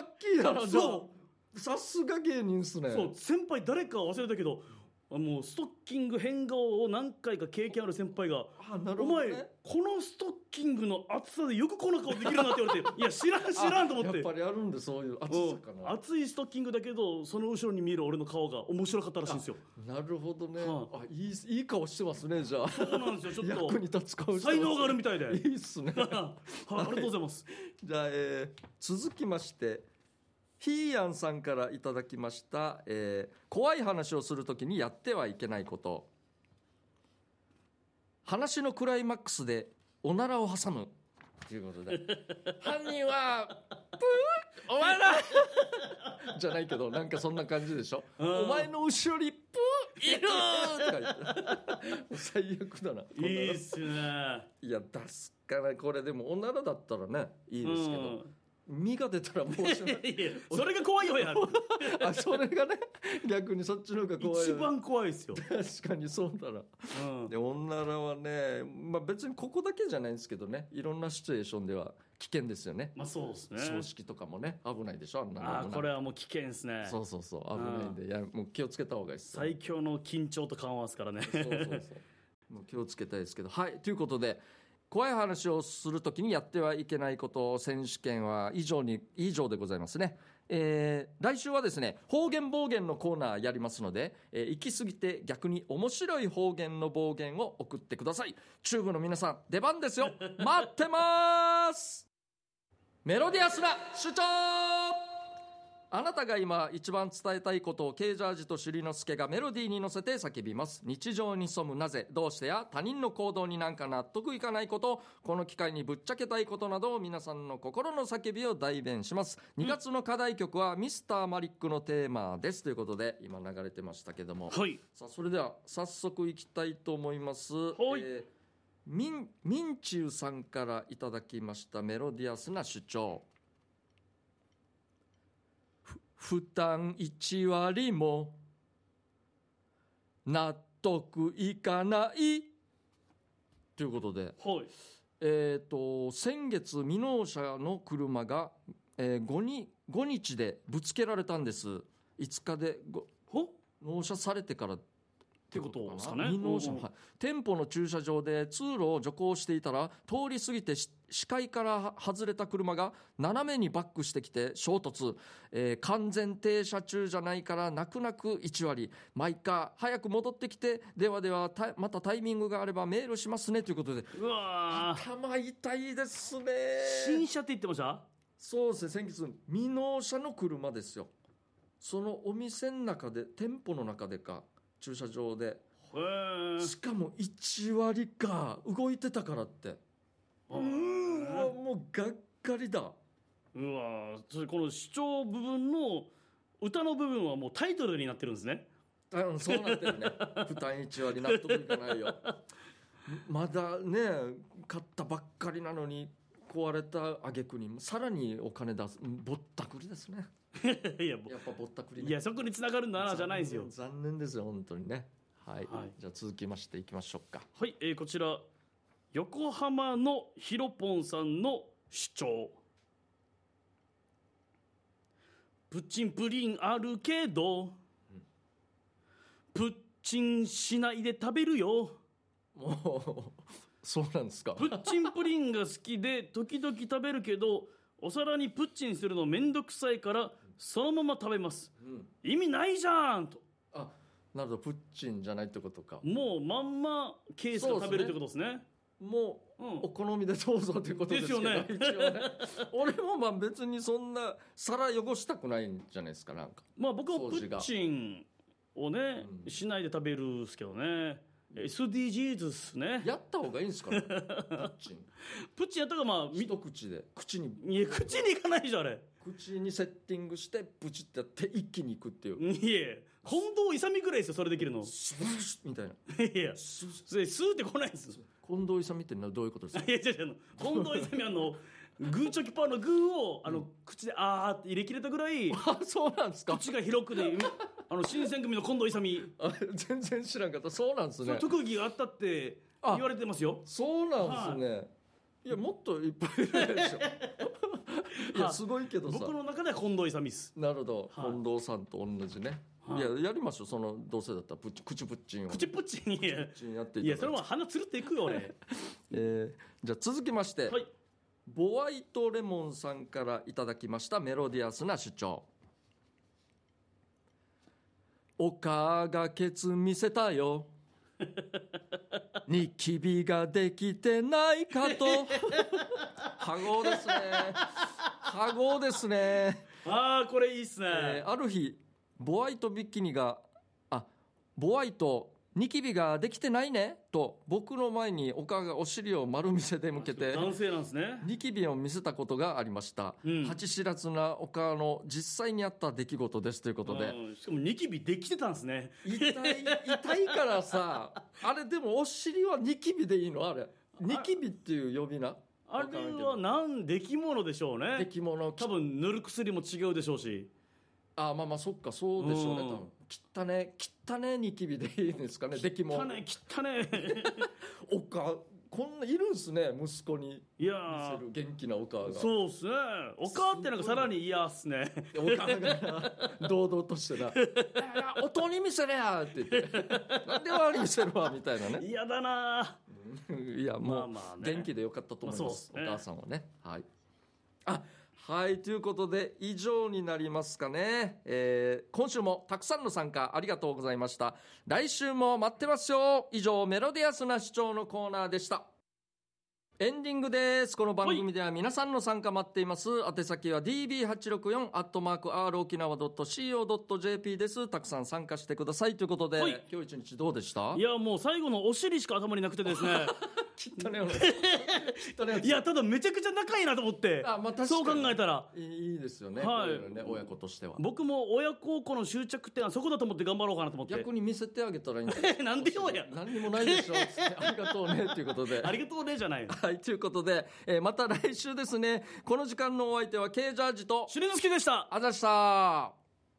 Speaker 1: ッキーだなじゃあ
Speaker 2: そ
Speaker 1: さすが芸人っすね
Speaker 2: そう先輩誰か忘れたけどあのストッキング変顔を何回か経験ある先輩が
Speaker 1: あなる
Speaker 2: お
Speaker 1: ほど、
Speaker 2: 前
Speaker 1: ね、
Speaker 2: このストッキングの厚さでよくこんな顔できるなって言われて いや知らん知らんと思って
Speaker 1: やっぱりあるんでそういう暑
Speaker 2: う
Speaker 1: さ
Speaker 2: ん
Speaker 1: かな
Speaker 2: 熱いストッキングだけどその後ろに見える俺の顔が面白かったらしいんですよ
Speaker 1: なるほどね、
Speaker 2: は
Speaker 1: あいいいい顔してますねじゃあ
Speaker 2: そうなんですよち ょ
Speaker 1: 役
Speaker 2: っ
Speaker 1: に立つ顔
Speaker 2: と
Speaker 1: してます
Speaker 2: 才能があるみたい で
Speaker 1: いいっすね
Speaker 2: はいありがとうございます
Speaker 1: じゃあ、えー続きましてひーやんさんからいただきました、えー怖い話をするときにやってはいけないこと話のクライマックスでおならを挟むということで 犯人はプーお前 らじゃないけどなんかそんな感じでしょ
Speaker 2: うん
Speaker 1: お前の後ろにプーいるーとか言 って最悪だなこん
Speaker 2: い
Speaker 1: なの
Speaker 2: いっすね
Speaker 1: いや出すからこれでもおならだったらねいいですけど、
Speaker 2: うん
Speaker 1: 身が出た らもうし
Speaker 2: いやいやそれが怖い よや
Speaker 1: あそれがね逆にそっちの方が怖い
Speaker 2: 一
Speaker 1: よね
Speaker 2: 番怖いですよ、
Speaker 1: 確かにそうだな
Speaker 2: うん
Speaker 1: で女らはね、まあ、別にここだけじゃないんですけどねいろんなシチュエーションでは危険ですよね
Speaker 2: まあそうですね
Speaker 1: 葬式とかもね危ないでしょあんなの
Speaker 2: あーこれ
Speaker 1: は
Speaker 2: はもう危険ですね
Speaker 1: そうそうそう危ないんでいやもう気をつけた方がいいです
Speaker 2: 最強の緊張と緩和ですからね
Speaker 1: そうそうそう もう気をつけたいですけどはいということで怖い話をするときにやってはいけないこと選手権は以上に以上でございますね、えー来週はですね方言暴言のコーナーやりますので、えー行き過ぎて逆に面白い方言の暴言を送ってくださいチューブの皆さん出番ですよ待ってますメロディアスな主張あなたが今一番伝えたいことをケージャージとシュリノスケがメロディーに乗せて叫びます日常に潜むなぜどうしてや他人の行動になんか納得いかないことこの機会にぶっちゃけたいことなど皆さんの心の叫びを代弁します2月の課題曲はミスターマリックのテーマですということで今流れてましたけども
Speaker 2: はい
Speaker 1: さあそれでは早速いきたいと思います、
Speaker 2: い
Speaker 1: えーみんみんちゅうさんからいただきましたメロディアスな主張ふ負担1割も納得いかないということで
Speaker 2: はい
Speaker 1: えー、と先月未納車の車が、えー、5, に5日でぶつけられたんです5日でご
Speaker 2: ほ
Speaker 1: 納車されてからって
Speaker 2: ってことですかね
Speaker 1: 未納車の、
Speaker 2: うん
Speaker 1: はい、店舗の駐車場で通路を徐行していたら通り過ぎてし視界から外れた車が斜めにバックしてきて衝突、えー完全停車中じゃないから泣く泣く1割マイカー早く戻ってきてではではたまたタイミングがあればメールしますねということで
Speaker 2: うわー
Speaker 1: 頭痛いですね
Speaker 2: 新車って言ってました
Speaker 1: そうですね先月未納車の車ですよそのお店の中で店舗の中でか駐車場で
Speaker 2: へー
Speaker 1: しかも1割か動いてたからってう
Speaker 2: あ
Speaker 1: ーわもうがっかりだ
Speaker 2: うわーそれこの主張部分の歌の部分はもうタイトルになってるんですね
Speaker 1: あのそうなってるね負担1割納得いかないよまだね買ったばっかりなのに壊れた挙句にさらにお金出すうんぼったくりですね
Speaker 2: いやも
Speaker 1: やっぱぼったくり、
Speaker 2: う
Speaker 1: ね、
Speaker 2: いやそこに繋がるんだなじゃないですよ
Speaker 1: 残念残念ですよ本当にねはい、
Speaker 2: はい
Speaker 1: じゃあ続きましていきましょうか
Speaker 2: はい、えーこちら横浜のひろぽんさんの主張プッチンプリンあるけどプッチンしないで食べるよ
Speaker 1: もう そうなんですか
Speaker 2: プッチンプリンが好きで時々食べるけどお皿にプッチンするのめんどくさいからそのまま食べます
Speaker 1: うん
Speaker 2: 意味ないじゃんと
Speaker 1: あなるほどプッチンじゃないってことか
Speaker 2: もうまんまケースが食べるってことですね
Speaker 1: もう
Speaker 2: うん
Speaker 1: お好みでどうぞということですけど
Speaker 2: ですよね
Speaker 1: 一応ね俺もまあ別にそんな皿汚したくないんじゃないですかなんか
Speaker 2: まあ僕はプ
Speaker 1: 掃除が
Speaker 2: ッチンをね、
Speaker 1: うん
Speaker 2: しないで食べるっすけどね。SDGs っすね。
Speaker 1: やった方がいいんですかねプッチン
Speaker 2: プッチンやったかまあ、 み
Speaker 1: 一口で口に
Speaker 2: いや、口にいかないじゃん、あれ。
Speaker 1: 口にセッティングしてプチってやって一気にいくっていう
Speaker 2: いえ、近藤勇くらいですよ、それできるの。
Speaker 1: スブーシュみたいない
Speaker 2: や、
Speaker 1: スブーシュ
Speaker 2: それ、スーって来ないですよ。
Speaker 1: 近藤勇ってのはどういうことですか
Speaker 2: いや、違う違う、あの近藤勇、あの、グーチョキパーのグーをあの、口であーって入れ切れたぐらい
Speaker 1: あそうなんですか
Speaker 2: 口が広くてあの新選組の近藤勇、
Speaker 1: あ全然知らんかったそうなんです
Speaker 2: その
Speaker 1: ね
Speaker 2: 特技があったって言われてますよ
Speaker 1: そうなんですね、い、やもっといっぱいいるでしょ いやすごいけどさ
Speaker 2: 僕の中では近藤勇です
Speaker 1: なるほど、
Speaker 2: はい
Speaker 1: 近藤さんと同じね、
Speaker 2: はい
Speaker 1: い、ややりましょうそのどうせだったらプッチ口プッチンを
Speaker 2: プチプチに
Speaker 1: プッチンやっていた
Speaker 2: い
Speaker 1: だ
Speaker 2: や
Speaker 1: い
Speaker 2: そ
Speaker 1: て
Speaker 2: れも鼻つるっていく よ俺
Speaker 1: えーじゃあ続きまして、
Speaker 2: はい
Speaker 1: ボワイトレモンさんからいただきましたメロディアスな主張「おかがケツ見せた よ」「ニキビができてないか と」ハゴですねハゴですね、
Speaker 2: ああこれいいっすね、
Speaker 1: えーある日ボワイトビキニがあボワイトニキビができてないねと僕の前におかがお尻を丸見せで向けて
Speaker 2: 男性なんですね
Speaker 1: ニキビを見せたことがありました。
Speaker 2: うん
Speaker 1: 八知らずなお母の実際にあった出来事ですということで。
Speaker 2: うんしかもニキビできてたんですね
Speaker 1: 痛い、痛いからさ、あれでもお尻はニキビでいいのあれ。ニキビっていう呼び名
Speaker 2: あれはなん出来物でしょう
Speaker 1: 出
Speaker 2: ね
Speaker 1: 来物
Speaker 2: 多
Speaker 1: き
Speaker 2: 分塗る薬も違うでしょうし
Speaker 1: あ、まあまあそっか、そうでしょうね。
Speaker 2: うん
Speaker 1: 多分切ったね、切ったねニキビでいいですかね、出来
Speaker 2: 汚
Speaker 1: 物。
Speaker 2: ね汚ね
Speaker 1: お母、こんないるんすね、息子に
Speaker 2: いや
Speaker 1: 見せ
Speaker 2: ー
Speaker 1: る元気なお母が。
Speaker 2: そうっすねおかってなんかさらに嫌っすね
Speaker 1: お母が堂々と してな「いやいや音に見せれや!」って言 って「なんで周り見せるわ」みたいなね
Speaker 2: 嫌だない
Speaker 1: やもう
Speaker 2: まあまあね
Speaker 1: 元気でよかったと思います,、
Speaker 2: まあそうっすね
Speaker 1: お母さんはねはいあはいということで以上になりますかね、えー今週もたくさんの参加ありがとうございました来週も待ってますよ以上メロディアスな主張のコーナーでしたエンディングです。この番組では皆さんの参加待っています。宛先は db864 アットマーク r 沖縄 .co.jp です。たくさん参加してくださいということで、
Speaker 2: はい
Speaker 1: 今日一日どうでした
Speaker 2: いやもう最後のお尻しか頭になくてですね
Speaker 1: 汚ねえ俺汚ねえやつ
Speaker 2: いやただめちゃくちゃ仲いいなと思って
Speaker 1: あまあ確かに
Speaker 2: そう考えたら
Speaker 1: いいいいですよね、
Speaker 2: はい
Speaker 1: こううのね親子としては
Speaker 2: 僕も親孝行の終着点はそこだと思って頑張ろうかなと思って
Speaker 1: 逆に見せてあげたらいいんじゃない
Speaker 2: なんでよや
Speaker 1: 何にもないでしょつってありがとうねということで
Speaker 2: ありがとうねじゃない
Speaker 1: はいということで、えーまた来週ですねこの時間のお相手は K ジャージと
Speaker 2: シュレノスキーでした
Speaker 1: あざした